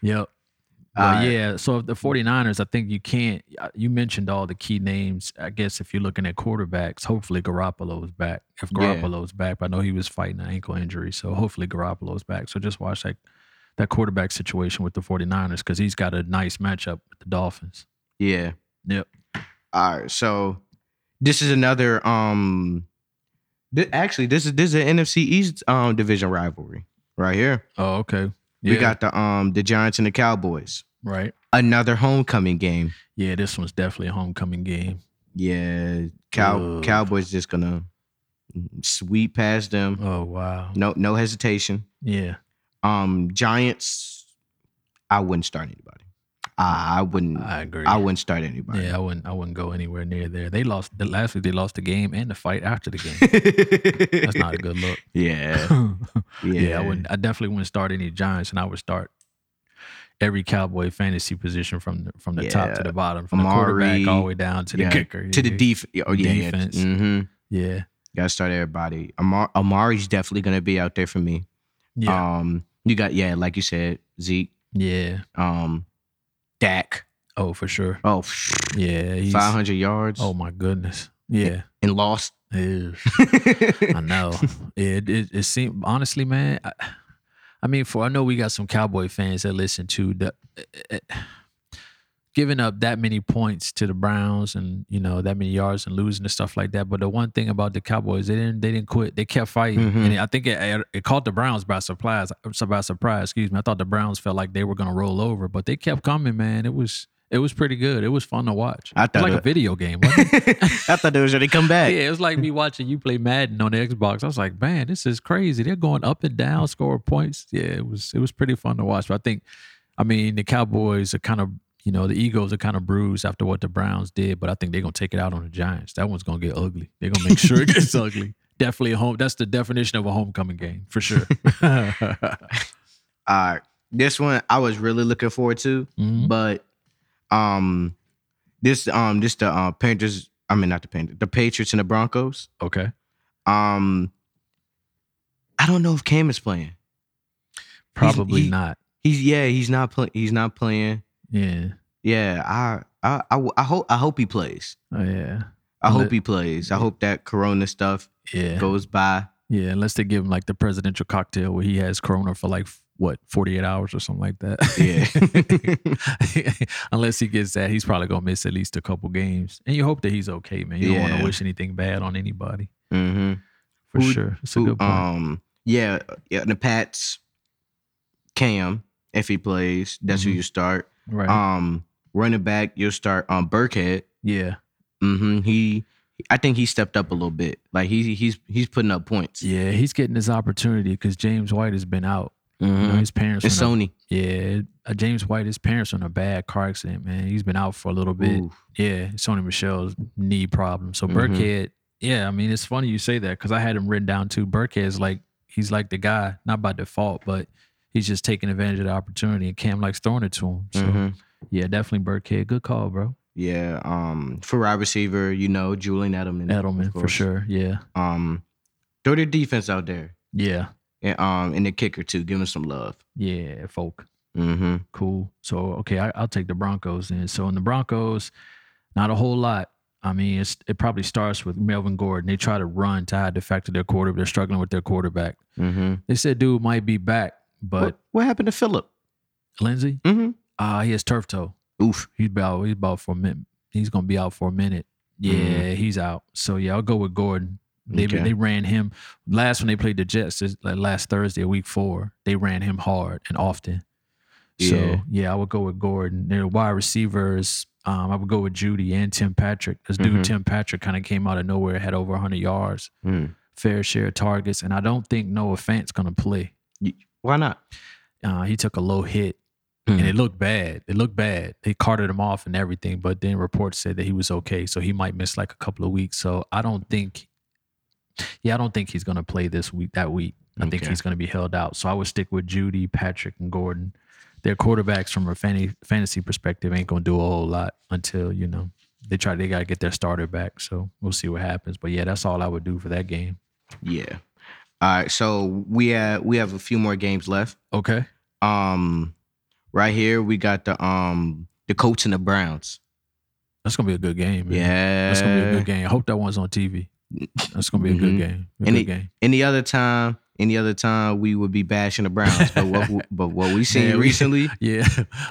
Yep. All But right. yeah, so if the 49ers, I think you can't. uh, You mentioned all the key names. I guess if you're looking at quarterbacks, hopefully Garoppolo's back. If Yeah. Garoppolo's back, but I know he was fighting an ankle injury, so hopefully Garoppolo's back. So just watch that that quarterback situation with the 49ers because he's got a nice matchup with the Dolphins. yeah. Yep. All right. So this is another um thi- actually this is this is an NFC East um division rivalry right here. Oh, okay. We Yeah, got the um the Giants and the Cowboys. right. Another homecoming game. Yeah, this one's definitely a homecoming game. Yeah. Cow Ugh. Cowboys just gonna sweep past them. Oh wow. No no hesitation. Yeah. Um Giants, I wouldn't start anybody. I, I wouldn't I, I agree. wouldn't start anybody. yeah, I wouldn't. I wouldn't go anywhere near there. They lost the last week. They lost the game and the fight after the game. That's not a good look. Yeah. Yeah. yeah. I wouldn't. I definitely wouldn't start any Giants, and I would start every Cowboy fantasy position from the, from the top to Yeah. the bottom, from the Amari, quarterback all the way down to yeah, the kicker, to the yeah. def- oh, yeah, yeah. Defense. Mm-hmm. Yeah, Gotta start everybody. Amar- Amari's definitely gonna be out there for me. yeah, Um, you got yeah, like you said, Zeke, yeah. um, Dak. Oh, for sure. Oh, Yeah, he's. 500 yards Oh my goodness. Yeah. and lost. Ew. I know. It it, it seemed honestly, man. I, I mean, for I know we got some cowboy fans that listen to the. eh, eh, Giving up that many points to the Browns and you know that many yards and losing and stuff like that, but the one thing about the Cowboys, they didn't they didn't quit. They kept fighting, Mhm. and I think it, it caught the Browns by surprise. By surprise, excuse me. I thought the Browns felt like they were going to roll over, but they kept coming. Man, it was it was pretty good. It was fun to watch. I It was thought like a it- video game. wasn't it? I thought they was gonna come back. Yeah, it was like me watching you play Madden on the Xbox. I was like, man, this is crazy. They're going up and down, score points. Yeah, it was it was pretty fun to watch. But I think, I mean, the Cowboys are kind of you know the egos are kind of bruised after what the Browns did, but I think they're gonna take it out on the Giants. That one's gonna get ugly. They're gonna make sure it gets ugly. Definitely a home. That's the definition of a homecoming game for sure. All right, this one I was really looking forward to, Mhm. but um, this um, this the uh, Panthers. I mean, not the Panthers, the Patriots and the Broncos. Okay, Um, I don't know if Cam is playing. probably he- not. He's yeah, he's not playing. He's not playing. Yeah, Yeah, I, I I w- I hope I hope he plays. oh, yeah, I Well, hope he plays. I hope that Corona stuff yeah, goes by. yeah. Unless they give him like the presidential cocktail where he has Corona for like what forty eight hours or something like that. Yeah, Unless he gets that, he's probably gonna miss at least a couple games. And you hope that he's okay, man. You don't want Yeah. to wish anything bad on anybody mm-hmm. for Who- sure. It's a good point. um, yeah, yeah. The Pats, Cam, if he plays, that's who Mhm. you start. right. Um, Running back, you'll start on um, Burkhead. Yeah. hmm He, I think he stepped up a little bit. Like he, he's he's putting up points. Yeah, he's getting his opportunity because James White has been out. You know, Mhm. his parents. And were in a- Sony. yeah, uh, James White. His parents were in a bad car accident. Man, he's been out for a little bit. Ooh. Yeah, Sony Michelle's knee problem. So Mhm. Burkhead, yeah, I mean, it's funny you say that because I had him written down too. Burkhead's like, he's like the guy, not by default, but he's just taking advantage of the opportunity. And Cam likes throwing it to him. So, Mhm. yeah, definitely Burkhead. Good call, bro. Yeah. Um, for wide receiver, you know, Julian Edelman. of Edelman, for course. sure. Yeah. Um, throw their defense out there. Yeah. And um, and the kicker too. Give him some love. Yeah. Folk. Mm-hmm. Cool. So okay, I, I'll take the Broncos then. So in the Broncos, not a whole lot. I mean, it's, it probably starts with Melvin Gordon. They try to run to hide the fact that their quarter they're struggling with their quarterback. Mm-hmm. They said dude might be back, but what, what happened to Philip? Lindsey, Mm-hmm. uh, he has turf toe. Oof. He's about he's about for a minute. He's gonna be out for a minute. Yeah, he's out. So yeah, I'll go with Gordon. They Mm-hmm. Okay. they ran him last when they played the Jets this- like last Thursday, week four. They ran him hard and often. Yeah. So yeah, I would go with Gordon. Their wide receivers, um, I would go with Judy and Tim Patrick. This dude Mhm. Tim Patrick kind of came out of nowhere, had over 100 yards, Mm. fair share of targets, and I don't think Noah Fant's gonna play. Why not? Uh, he took a low hit and Mm. it looked bad. It looked bad. They carted him off and everything, but then reports said that he was okay, so he might miss like a couple of weeks. So I don't think, yeah, I don't think he's gonna play this week. That week, I think Okay. he's gonna be held out. So I would stick with Judy, Patrick, and Gordon. Their quarterbacks, from a fantasy, fantasy perspective, ain't gonna do a whole lot until you know they try. They gotta get their starter back. So we'll see what happens. But yeah, that's all I would do for that game. Yeah. All right. So we have we have a few more games left. Okay. Um, right here we got the um the Colts and the Browns. That's gonna be a good game. Man. Yeah. That's gonna be a good game. I hope that one's on TV. That's gonna be a Mhm. good game. A And good it- game. Any other time, any other time we would be bashing the Browns, but what but what we seen Man, we- recently, Yeah,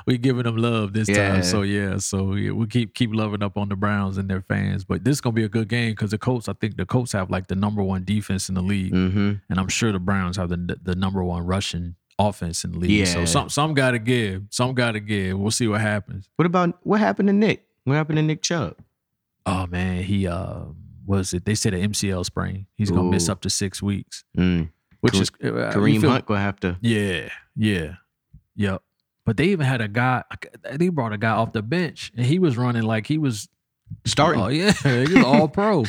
we giving them love this Yeah. time. So yeah, so yeah, we keep keep loving up on the Browns and their fans. But this is gonna be a good game because the Colts. I think the Colts have like the number one defense in the league, mm-hmm. and I'm sure the Browns have the the number one rushing offense in the league. So Yeah. some some got to give. Some got to give. We'll see what happens. what about what happened to Nick? What happened to Nick Chubb? Oh man, he uh was it? They said an MCL sprain. He's gonna miss Ooh. up to six weeks, Mm. which Kare- is uh, you Kareem feel- Hunt gonna have to. Yeah, yeah, yep. But they even had a guy. They brought a guy off the bench, and he was running like he was Starting. Oh yeah, he was all pro.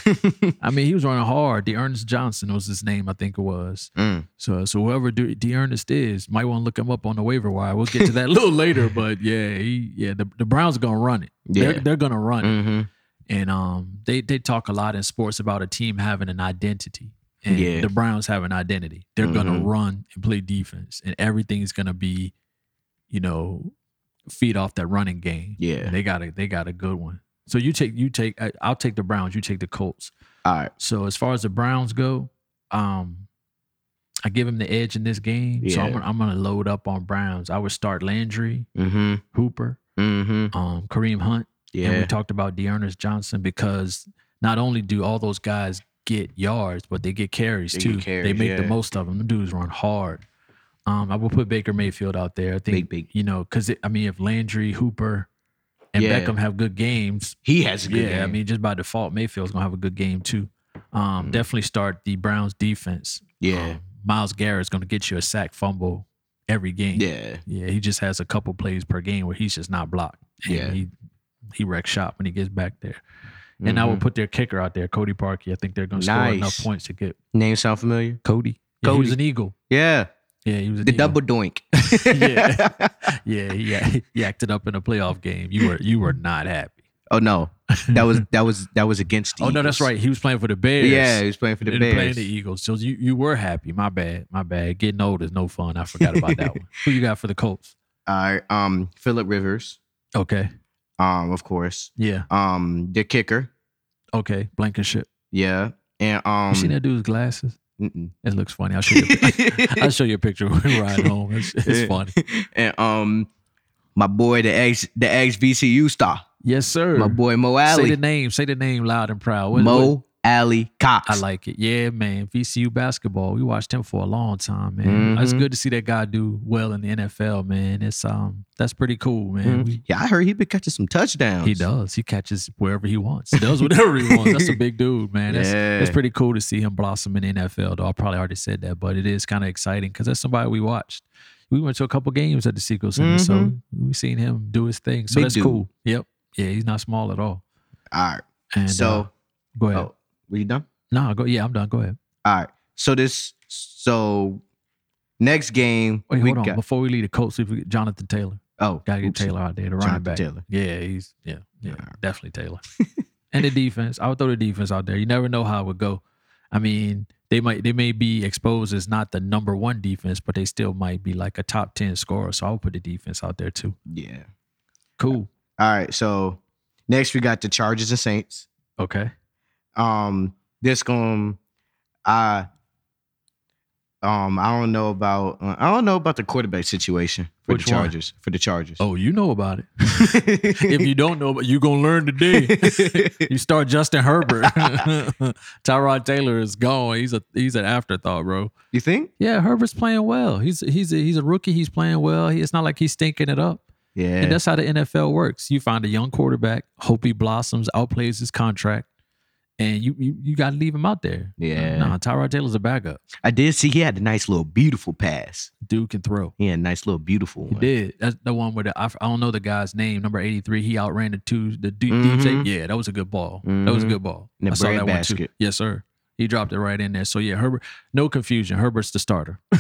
I mean, he was running hard. The Ernest Johnson was his name, I think it was. Mm. So, so whoever De Ernest is, might want to look him up on the waiver wire. We'll get to that a little later, but yeah, he, yeah, the, the Browns are gonna run it. Yeah. They're, they're gonna run it, Mm-hmm. and um, they they talk a lot in sports about a team having an identity. And Yeah. the Browns have an identity. They're gonna Mhm. run and play defense, and everything's gonna be, you know, feed off that running game. Yeah. They got a they got a good one. So you take you take I- I'll take the Browns. You take the Colts. All right. So as far as the Browns go, um, I give him the edge in this game. So I'm Yeah. gonna, I'm gonna load up on Browns. I would start Landry, Mm-hmm. Hooper, Mm-hmm. um, Kareem Hunt, and we Yeah. talked about Dearness Johnson because not only do all those guys get yards, but they get carries They get too. they carries, make the yeah. most of them. The dudes run hard. Um, I will put Baker Mayfield out there. I think Big, big. you know because I mean if Landry, Hooper, and Yeah. Beckham have good games, He has a good yeah, I game. mean, just by default, Mayfield's gonna have a good game too. Um, Mhm. Definitely start the Browns defense. yeah. Um, Miles Garrett's gonna get you a sack, fumble every game. yeah. yeah. He just has a couple plays per game where he's just not blocked. And Yeah. he he wrecks shop when he gets back there. And I will Mhm. put their kicker out there, Cody Parkey. I think they're gonna score enough Nice. points to get name sound familiar. Cody. Yeah, He was Cody. an Eagle. Yeah. Yeah, he was an The Eagle. double doink. Yeah. Yeah, he, act- he acted up in a playoff game. You were you were not happy. Oh no, that was that was that was against. The oh no, Eagles. that's right. He was playing for the Bears. Yeah, he was playing for the and playing Bears. the Eagles. So you, you were happy. My bad. My bad. Getting old is no fun. I forgot about that one. Who you got for the Colts? All right. Um, Philip Rivers. Okay. Um, of course. Yeah. Um, the kicker. Okay. Blankenship. Yeah. And um. you seen that dude's glasses? mm-mm. It looks funny. I'll show you. I'll show you a picture when we ride home. It's, it's funny. and um, my boy, the ex, the ex BCU star, Yes, sir. my boy Mo Say the Alley. name. Say the name loud and proud. What- Mo Alley Cox. I like it. Yeah, man. VCU basketball. We watched him for a long time, man. It's Mhm. good to see that guy do well in the NFL, man. It's um that's pretty cool, man. Mhm. We- Yeah, I heard he been catching some touchdowns. he does. He catches wherever he wants. He does whatever he wants. That's a big dude, man. That's Yeah. it's pretty cool to see him blossom in the NFL. Though I probably already said that, but it is kind of exciting because that's somebody we watched. We went to a couple games at the Sequel Center, so we seen him do his thing. So Mm-hmm. Big that's dude. cool. Yep. Yeah, he's not small at all. All right. And uh, so, go ahead. oh, were you done? No, go. Yeah, I'm done. Go ahead. All right. So this, so next game Wait, we hold on. got. Before we leave the Colts, we forget Jonathan Taylor. Oh, Gotta get oops. Taylor out there, the running Jonathan back. Taylor. Yeah, he's yeah, yeah, Alright. definitely Taylor. and the defense, I would throw the defense out there. You never know how it would go. I mean, they might they may be exposed as not the number one defense, but they still might be like a top ten scorer. So I would put the defense out there too. Yeah. Cool. All right. So next we got the Chargers and Saints. Okay. Um, this going I um I don't know about uh, I don't know about the quarterback situation for Which the one? Chargers for the Chargers. Oh, you know about it. if you don't know, but you gonna learn today. you start Justin Herbert. Tyrod Taylor is gone. He's a he's an afterthought, bro. you think? Yeah, Herbert's playing well. He's he's a, he's a rookie. He's playing well. He, it's not like he's stinking it up. Yeah. And that's how the NFL works. You find a young quarterback, hope he blossoms, outplays his contract, and you you, you got to leave him out there. Yeah. Nah, Tyrod Taylor's a backup. I did see he had a nice little beautiful pass. Dude can throw. He had a nice little beautiful He one. did. That's the one where the, I, f- I don't know the guy's name, number 83. He outran the two, the deep, deep Mhm. tape. Yeah, that was a good ball. That was a Mhm. good ball. And the I saw bread that one basket. too. Yes, sir. He dropped it right in there. So yeah, Herbert, no confusion. Herbert's the starter.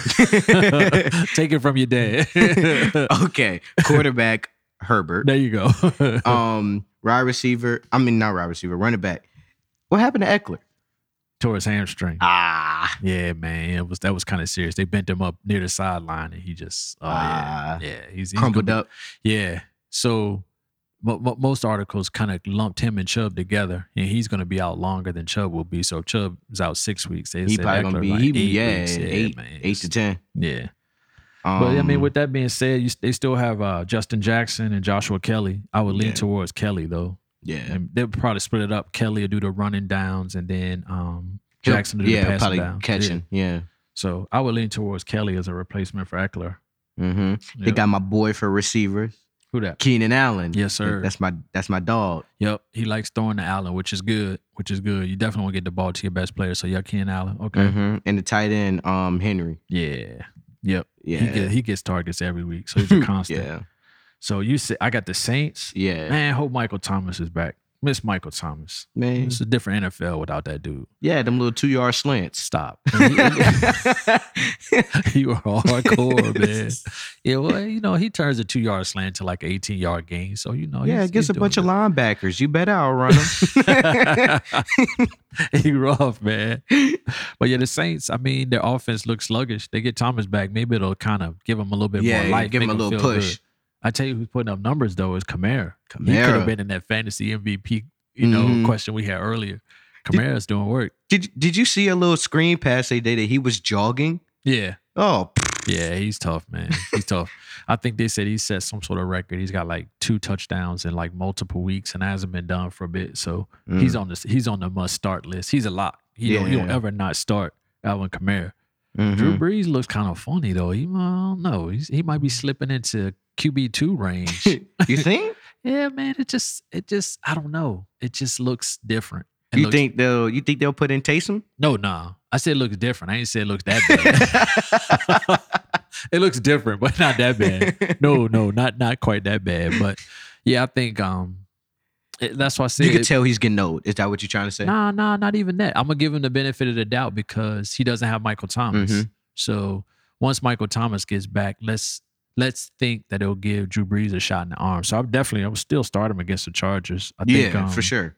Take it from your dad. okay. Quarterback Herbert. there you go. Uh, Um wide receiver. I mean not wide receiver, running back. What happened to Eckler? Tore his hamstring. Ah. Yeah, man, it was that was kind of serious. They bent him up near the sideline, and he just oh Ah. yeah, yeah, he's, he's Crumbled gonna up. be- Yeah, so mo mo- most articles kind of lumped him and Chubb together, and he's going to be out longer than Chubb will be. So Chubb is out six weeks. They He said probably gonna Eckler be like he be- eight yeah, weeks. eight, man, eight to ten. yeah. Um, But I mean, with that being said, you, s- they still have uh, Justin Jackson and Joshua Kelly. I would lean Yeah. towards Kelly though. yeah, And they'll probably split it up. Kelly will do the running downs, and then um, He'll- Jackson will do yeah, the passing probably downs. Yeah. catching, yeah. So I would lean towards Kelly as a replacement for Eckler. hmm They Yep. got my boy for receivers, who that? Keenan Allen. Yes, sir. That's my that's my dog. Yep, he likes throwing to Allen, which is good. Which is good. You definitely want to get the ball to your best player. So yeah, Ken Allen. Okay. hmm And the tight end, um, Henry. Yeah. Yep. Yeah, He, get, he gets targets every week, so he's a constant. yeah, So you said I got the Saints. yeah, man. Man, hope Michael Thomas is back. Miss Michael Thomas. It's a different NFL without that dude. Yeah, them little two yard slants. Stop. yeah, you are hardcore, man. Yeah, well, you know, he turns a two yard slant to like an 18 yard gain. So, you know, he's- it gets Oh, he's a doing bunch good. of linebackers. You better outrun them. he rough, man. But yeah, the Saints, I mean, their offense looks sluggish. They get Thomas back. Maybe it'll kind of give him a little bit yeah, more life. give him a make little feel good. push. I tell you who's putting up numbers, though, is Kamara. He could Kamara. have been in that fantasy MVP, you know, Mhm. question we had earlier. Kamara's doing work. Did Did you see a little screen pass they did that he was jogging? Yeah. Oh, Yeah, he's tough, man. He's tough. I think they said he set some sort of record. He's got like two touchdowns in like multiple weeks and hasn't been done for a bit. So he's on this he's on the must start list. He's a lock. He don't, he don't Mm. Yeah. ever not start Alvin Kamara. Mhm. Drew Brees looks kind of funny though. He I don't know. He's, he might be slipping into QB two range. you think? yeah, man. It just it just I don't know. It just looks different. It you looks- think they'll you think they'll put in Taysom? No, nah. I said it looks different. I ain't said it looks that bad. it looks different, but not that bad. No, no, not not quite that bad. But yeah, I think um, it- that's why I said you can it- tell he's getting old. Is that what you're trying to say? Nah, nah, not even that. I'm gonna give him the benefit of the doubt because he doesn't have Michael Thomas. Mhm. So once Michael Thomas gets back, let's let's think that it'll give Drew Brees a shot in the arm. So I'm definitely I'm still starting him against the Chargers. I yeah, think um, for sure.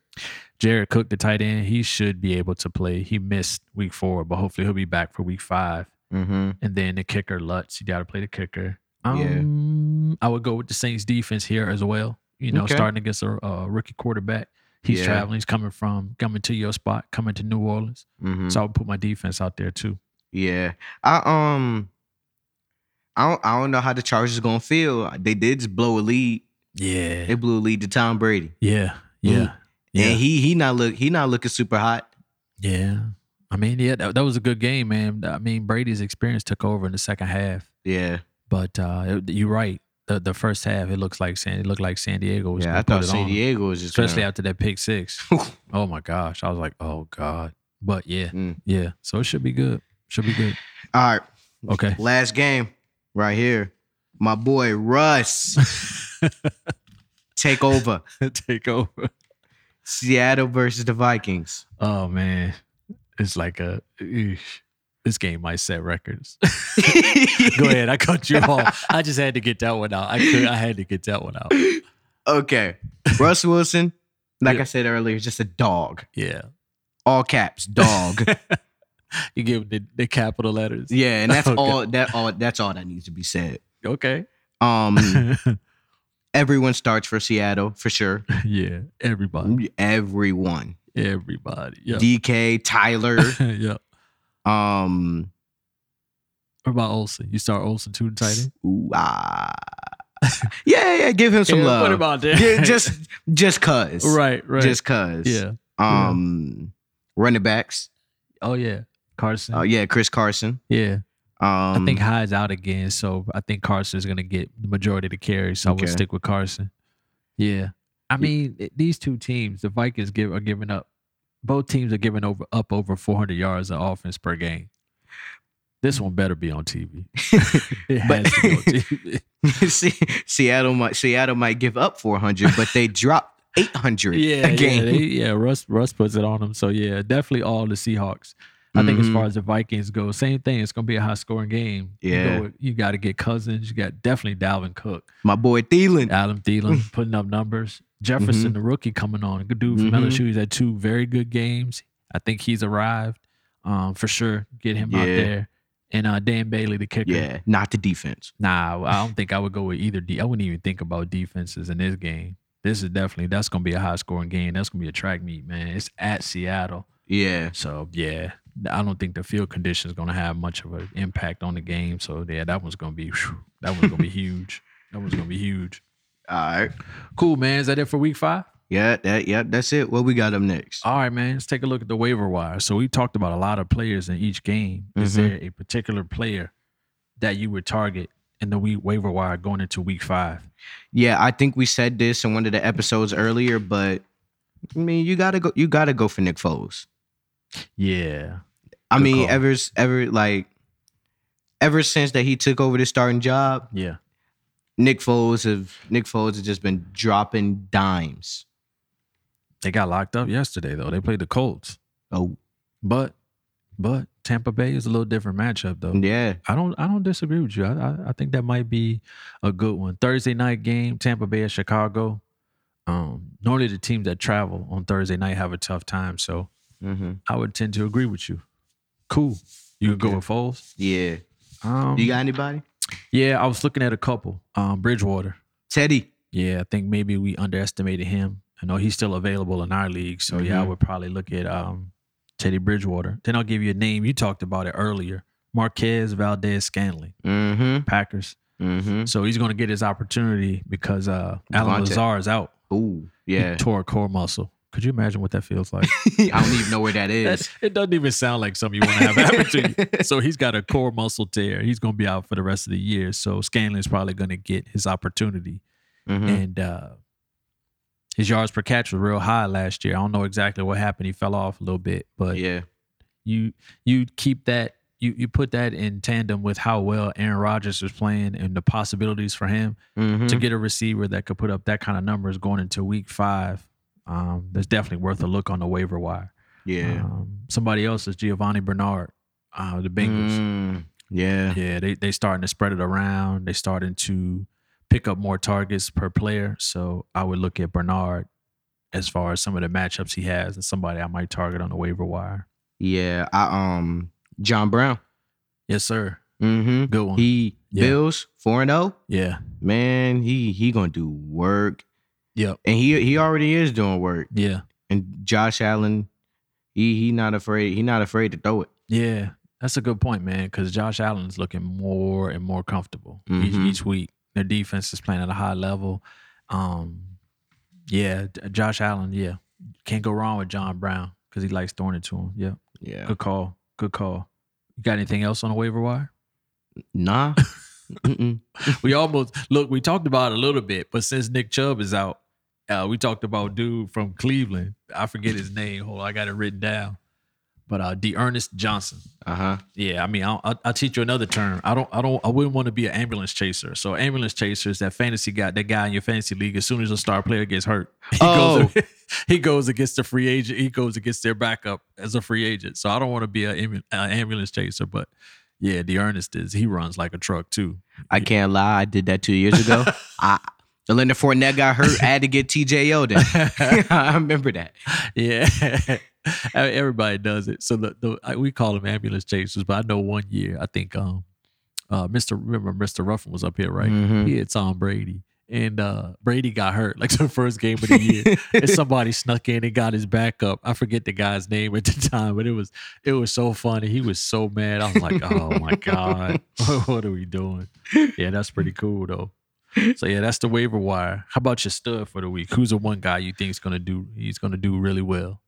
Jared Cook, the tight end, he should be able to play. He missed week four, but hopefully he'll be back for week five. Mm-hmm. And then the kicker, Lutz, you got to play the kicker. Yeah. Um, I would go with the Saints defense here as well. You know, Okay. starting against a, a rookie quarterback. He's Yeah. traveling. He's coming from coming to your spot, coming to New Orleans. hmm So I would put my defense out there too. yeah, I um, I don't, I don't know how the Chargers gonna feel. They did just blow a lead. Yeah, They blew a lead to Tom Brady, yeah, yeah, yeah. and he he not look he not looking super hot. Yeah. I mean, yeah, that, that was a good game, man. I mean, Brady's experience took over in the second half, Yeah, but uh, it- you're right. The, the first half, it looks like San. It looked like San Diego was. yeah. gonna I put thought it San on 'em, Diego was just especially gonna- after that pick six. oh my gosh, I was like, oh god. But yeah, Mm. yeah. So it should be good. Should be good. All right, Okay. last game right here. My boy Russ take over Take over. Seattle versus the Vikings. Oh man, it's like a. eesh. This game might set records. Go ahead, I cut you off. I just had to get that one out. I could, I had to get that one out. Okay, Russ Wilson. Like Yeah. I said earlier, just a dog. Yeah, All caps, dog. you give the, the capital letters. yeah, and that's Okay. all. That all. That's all that needs to be said. Okay. Um, everyone starts for Seattle for sure. yeah, everybody, Everyone. everybody. Yeah, DK, Tyler, yeah. um, What about Olsen? You start Olsen too, tight end. ooh, ah. yeah, yeah, give him some Yeah, love. What about that? Yeah, just, just cause, right, right. Just cause. yeah. Um, running backs. Oh yeah, Carson. Uh, Oh yeah, Chris Carson. yeah. Um, I think Hyde's out again, so I think Carson's going to get the majority of the carries. So I would Okay. stick with Carson. Yeah, I mean it- these two teams, the Vikings give are giving up. Both teams are giving over up over 400 yards of offense per game. This one better be on TV. It has But- to be on TV. Se- Seattle might Seattle might give up 400, but they drop 800 yeah, a game. yeah, they- yeah. Russ Russ puts it on them. So yeah, definitely all the Seahawks. I think as Mhm. far as the Vikings go, same thing. It's going to be a high scoring game. You go Yeah. with- you got to get Cousins. You got definitely Dalvin Cook. My boy Thielen. Adam Thielen putting up numbers. Mm-hmm. Jefferson, the rookie, coming on. Good dude from Mhm. LSU. He's had two very good games. I think he's arrived um, for sure. Get him out Yeah. there. And uh, Dan Bailey, the kicker. Yeah, not the defense. Nah, I don't think I would go with either. D. I wouldn't even think about defenses in this game. This is definitely that's going to be a high scoring game. That's going to be a track meet, man. It's at Seattle, Yeah. so yeah. I don't think the field condition is going to have much of an impact on the game. So yeah, that one's going to be whew, that one's going to be huge. That one's going to be huge. All right. Cool, man. Is that it for week five? Yeah, that yeah, that's it. What we got up next? All right, man. Let's take a look at the waiver wire. So we talked about a lot of players in each game. Is Mhm. there a particular player that you would target in the week waiver wire going into week five? Yeah, I think we said this in one of the episodes earlier, but I mean, you gotta go. You gotta go for Nick Foles. Yeah. I Good mean, call. ever s- ever like ever since that he took over the starting job, Yeah. Nick Foles have Nick Foles has just been dropping dimes. They got locked up yesterday, though. They played the Colts. Oh But but Tampa Bay is a little different matchup though. yeah, I don't I don't disagree with you. I, I I think that might be a good one. Thursday night game, Tampa Bay at Chicago. Um, normally the teams that travel on Thursday night have a tough time. So mm-hmm. I would tend to agree with you. Cool. You could go with Foles. yeah. Um, You got anybody? yeah, I was looking at a couple. Um, Bridgewater. Teddy. Yeah, I think maybe we underestimated him. I know he's still available in our league, so yeah, I Mhm. would probably look at um, Teddy Bridgewater. Then I'll give you a name. You talked about it earlier, Marquez Valdez Scantling, Mm-hmm. Packers. Mm-hmm. So he's going to get his opportunity because uh, Alan Devontae. Lazar is out. Ooh, He yeah. tore a core muscle. Could you imagine what that feels like? I don't even know where that That- is. it doesn't even sound like something you want to have happen to you. So he's got a core muscle tear. He's going to be out for the rest of the year. So Scanlon's probably going to get his opportunity. Mhm. And uh, his yards per catch was real high last year. I don't know exactly what happened. He fell off a little bit, but Yeah. you you keep that you you put that in tandem with how well Aaron Rodgers was playing and the possibilities for him Mm-hmm. to get a receiver that could put up that kind of numbers going into week five. Um, that's definitely worth a look on the waiver wire. Yeah. Um, somebody else is Giovanni Bernard, uh, the Bengals. Mm, yeah. Yeah, they they starting to spread it around. They starting to pick up more targets per player. So I would look at Bernard as far as some of the matchups he has and somebody I might target on the waiver wire. Yeah. I um John Brown. Yes, sir. Mm-hmm. Good one. He Yeah. Bills 4 and 0. yeah. Man, he he going to do work. Yep. And he he already is doing work. Yeah. And Josh Allen he he not afraid. He not afraid to throw it. Yeah, that's a good point, man. Because Josh Allen's looking more and more comfortable each, Mhm. each week. Their defense is playing at a high level. Um, yeah, D- Josh Allen. Yeah, can't go wrong with John Brown because he likes throwing it to him. Yeah. Yeah. Good call. Good call. You got anything else on the waiver wire? Nah. Mm-mm. We almost look. We talked about it a little bit, but since Nick Chubb is out, uh, we talked about dude from Cleveland. I forget his name. Hold, on, I got it written down. But uh, D. Ernest Johnson. Uh huh. Yeah, I mean, I'll, I'll, I'll teach you another term. I don't, I don't, I wouldn't want to be an ambulance chaser. So ambulance chaser is that fantasy guy, that guy in your fantasy league. As soon as a star player gets hurt, he Oh. goes, he goes against the free agent. He goes against their backup as a free agent. So I don't want to be an ambulance chaser. But yeah, the Ernest is he runs like a truck too. I can't lie. I did that two years ago. I. Linda Fournette got hurt. I had to get TJ Yeldon. I remember that. Yeah. I mean, Everybody does it. So the, the I, we call them ambulance chasers, but I know one year I think um uh Mr. Remember Mr. Ruffin was up here, right? Mhm. He had Tom Brady. And uh Brady got hurt like the first game of the year. and somebody snuck in and got his back up. I forget the guy's name at the time, but it was it was so funny. He was so mad. I was like, oh my God, what are we doing? Yeah, that's pretty cool though. So yeah, that's the waiver wire. How about your stud for the week? Who's the one guy you think's gonna do? He's gonna do really well.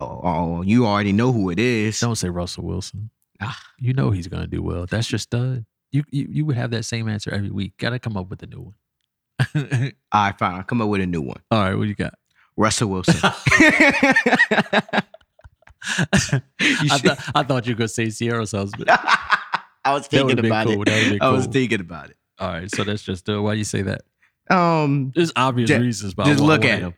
Oh, oh, you already know who it is. Don't say Russell Wilson. Ah. You know he's gonna do well. That's your stud. You, you you would have that same answer every week. Gotta come up with a new one. All right, fine. I'll come up with a new one. All right, what you got? Russell Wilson. You I, should- thought I thought you were gonna say Sierra's husband. I was That thinking would be about cool. it. That would be I was cool. thinking about it. All right, so that's just uh, why you say that. Um, There's obvious Ju- reasons, but I just wa- I look wanted at to- him.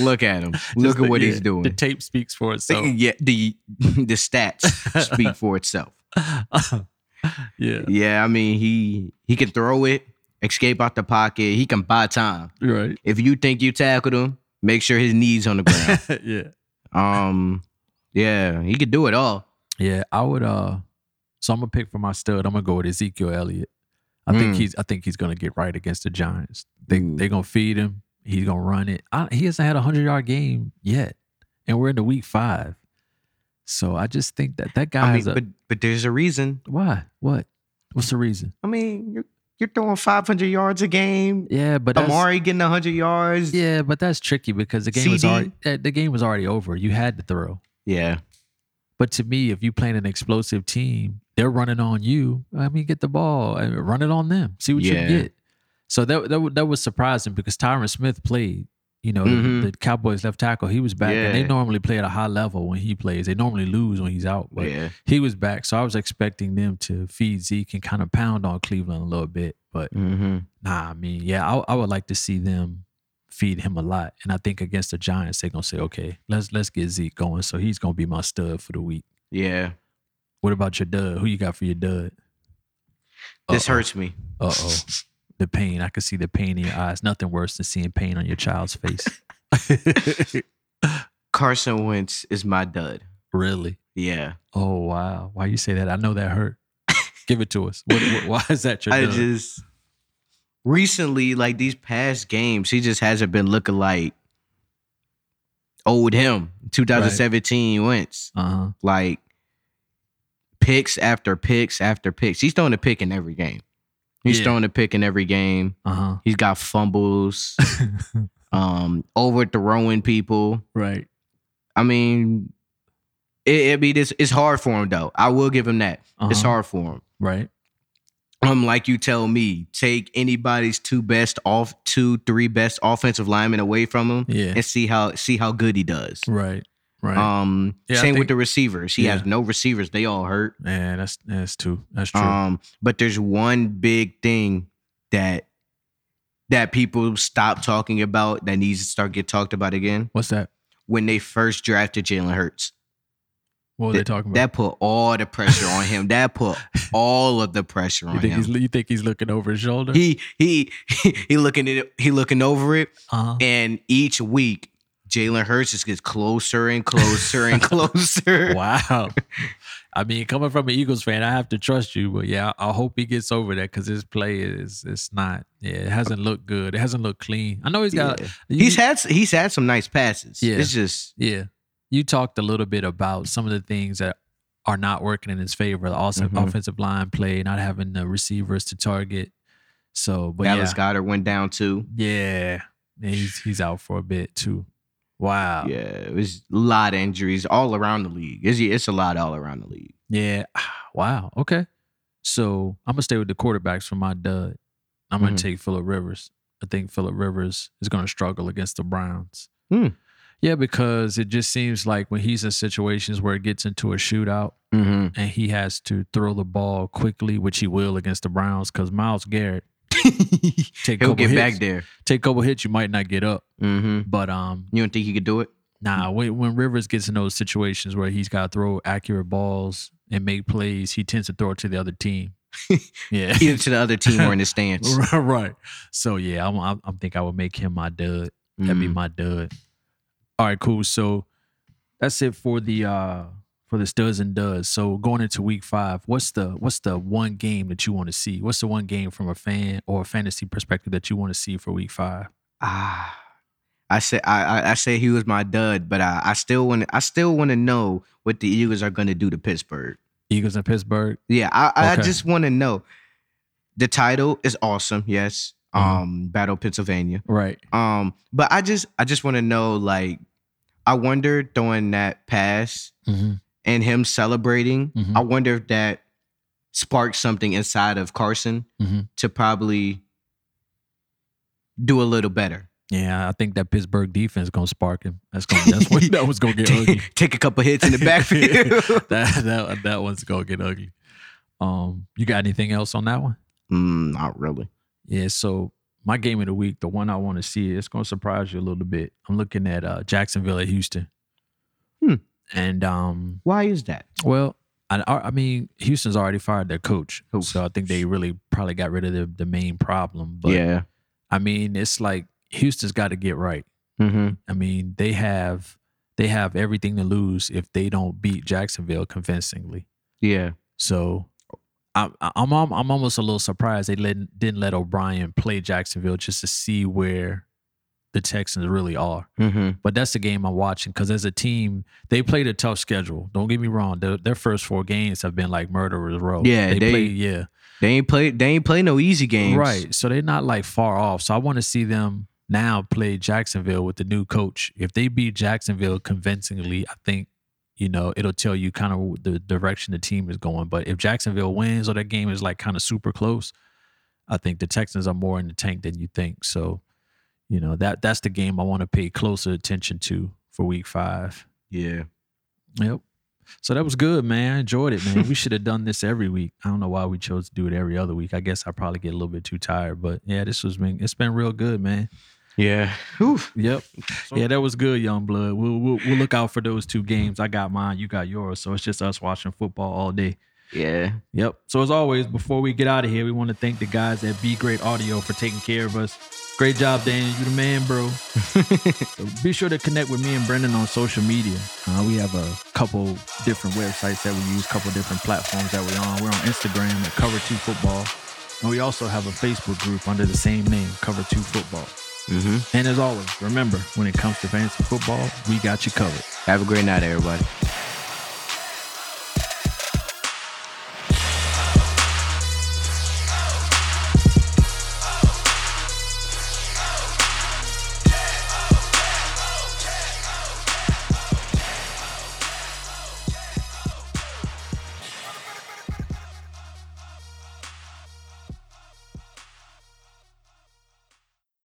look at him. look just at the- what yeah, he's doing. The tape speaks for itself. yeah, the the stats speak for itself. yeah, Yeah, I mean he he can throw it, escape out the pocket. He can buy time. you're right. If you think you tackled him, make sure his knees on the ground. yeah. um, yeah, he could do it all. Yeah, I would. Uh, so I'm gonna pick for my stud. I'm gonna go with Ezekiel Elliott. I think Mm. he's. I think he's gonna get right against the Giants. They Mm. they're gonna feed him. He's gonna run it. I, he hasn't had a hundred yard game yet, and we're in the week five. So I just think that that guy I mean, has a but but there's a reason. why. What? What's the reason? I mean, you're you're throwing 500 yards a game. Yeah, but that's, Amari getting 100 yards. Yeah, but that's tricky because the game was CD. already eh, the game was already over. You had to throw. yeah. But to me, if you playing an explosive team, they're running on you. I mean, get the ball, I mean, run it on them. See what Yeah. you get. So that that wa- that was surprising because Tyron Smith played. You know, the- Mhm. the, Cowboys left tackle. He was back, and they Yeah. normally play at a high level when he plays. They normally lose when he's out, but yeah. he was back. So I was expecting them to feed Zeke and kind of pound on Cleveland a little bit. But Mm-hmm. Nah, I mean, yeah, I, I would like to see them feed him a lot, and I think against the Giants, they're gonna say, okay, let's let's get Zeke going. So he's gonna be my stud for the week. Yeah. What about your dud? Who you got for your dud? This hurts me. Uh oh, the pain. I can see the pain in your eyes. Nothing worse than seeing pain on your child's face. Carson Wentz is my dud. really? Yeah. Oh wow. Why you say that? I know that hurt. Give it to us. What, what, why is that your I dud? just recently, like these past games, he just hasn't been looking like old him. 2017 Wentz. uh huh. Like picks after picks after picks. He's throwing a pick in every game. He's Yeah. throwing a pick in every game. Uh He's got fumbles, huh. um, overthrowing people. right. I mean, it, it be this. It's hard for him though. I will give him that. It's Uh-huh. hard for him. Right. Um, like you tell me, take anybody's two best off, two, three best offensive linemen away from him, Yeah. and see how see how good he does. Right. Right. Um, Yeah, I same think- with the receivers. He has Yeah. no receivers. They all hurt. Man, that's that's true. That's true. Um, but there's one big thing that that people stop talking about that needs to start get talked about again. What's that? When they first drafted Jalen Hurts, What were they talking about? That put all the pressure on him. That put all of the pressure on you think he's him. you think he's looking over his shoulder? He he he looking at it, he looking over it, uh-huh. and each week Jalen Hurts just gets closer and closer and closer. Wow. I mean, coming from an Eagles fan, I have to trust you, but yeah, I, I hope he gets over that because his play is it's not. Yeah, it hasn't looked good. It hasn't looked clean. I know he's got. Yeah. you- He's had s- he's had some nice passes. Yeah. It's just Yeah. You talked a little bit about some of the things that are not working in his favor, the awesome Mhm. offensive line play, not having the receivers to target. So, but Dallas yeah, Goddard went down too. yeah, Yeah, he's he's out for a bit too. Uh, Wow. Yeah, it was a lot of injuries all around the league. It's, it's a lot all around the league. Yeah. Wow. Okay. So I'm gonna stay with the quarterbacks for my dud. I'm gonna Mhm. take Phillip Rivers. I think Phillip Rivers is gonna struggle against the Browns. Hmm. Yeah, because it just seems like when he's in situations where it gets into a shootout Mm-hmm. and he has to throw the ball quickly, which he will against the Browns, because Miles Garrett take a He'll couple get hits. back there. Take a couple hits, you might not get up. Mm-hmm. But um, You don't think he could do it? Nah, when, when Rivers gets in those situations where he's got to throw accurate balls and make plays, he tends to throw it to the other team. yeah, Either to the other team or in the stands. right. So yeah, I'm, I'm, I'm think I would make him my dud. That'd be Mhm. my dud. All right, cool. So that's it for the uh for the studs and duds. So going into week five, what's the what's the one game that you want to see? What's the one game from a fan or a fantasy perspective that you want to see for week five? ah. I say I, I I say he was my dud, but I, I still want I still want to know what the Eagles are going to do to Pittsburgh. Eagles and Pittsburgh. Yeah, I, I Okay. just want to know. The title is awesome. Yes, Mhm. um, Battle Pennsylvania. Right. Um, but I just I just want to know like, I wonder throwing that pass Mm-hmm. and him celebrating. Mhm. I wonder if that sparked something inside of Carson Mhm. to probably do a little better. Yeah, I think that Pittsburgh defense gonna spark him. That's gonna that's when that one's gonna get ugly. Take a couple hits in the backfield. That that that one's gonna get ugly. Um, you got anything else on that one? mm, not really. Yeah, so my game of the week, the one I want to see, it's gonna surprise you a little bit. I'm looking at uh, Jacksonville at Houston. Hmm. And um, Why is that? well, I I I mean, Houston's already fired their coach, Oof. so I think they really probably got rid of the, the main problem. But yeah. I mean, it's like Houston's got to get right. Mm-hmm. I mean, they have they have everything to lose if they don't beat Jacksonville convincingly. Yeah. So I'm I'm I'm I'm almost a little surprised they let, didn't let O'Brien play Jacksonville just to see where the Texans really are. Mm-hmm. But that's the game I'm watching because as a team, they played a tough schedule. Don't get me wrong; their, their first four games have been like murderers row. Yeah, they- played, yeah, They ain't play. They ain't play no easy games. Right. So they're not like far off. So I want to see them now play Jacksonville with the new coach. If they beat Jacksonville convincingly, I think, you know, it'll tell you kind of the direction the team is going. But if Jacksonville wins or that game is like kind of super close, I think the Texans are more in the tank than you think. So, you know, that that's the game I want to pay closer attention to for week five. Yeah. Yep. So that was good, man. I enjoyed it, man. we should have done this every week. I don't know why we chose to do it every other week. I guess I probably get a little bit too tired, but yeah, this was been it's been real good, man. Yeah. Oof. Yep. So- yeah, that was good, young blood. We'll, we'll we'll look out for those two games. I got mine, you got yours. So it's just us watching football all day. Yeah. Yep. So as always, before we get out of here, we want to thank the guys at B Great Audio for taking care of us. Great job, Daniel. You the man, bro. So be sure to connect with me and Brendan on social media. Uh, we have a couple different websites that we use, couple different platforms that we're on. We're on Instagram at Cover Two Football, and we also have a Facebook group under the same name, Cover Two Football. Mm-hmm. And as always, remember when it comes to fantasy football, we got you covered. Have a great night, everybody.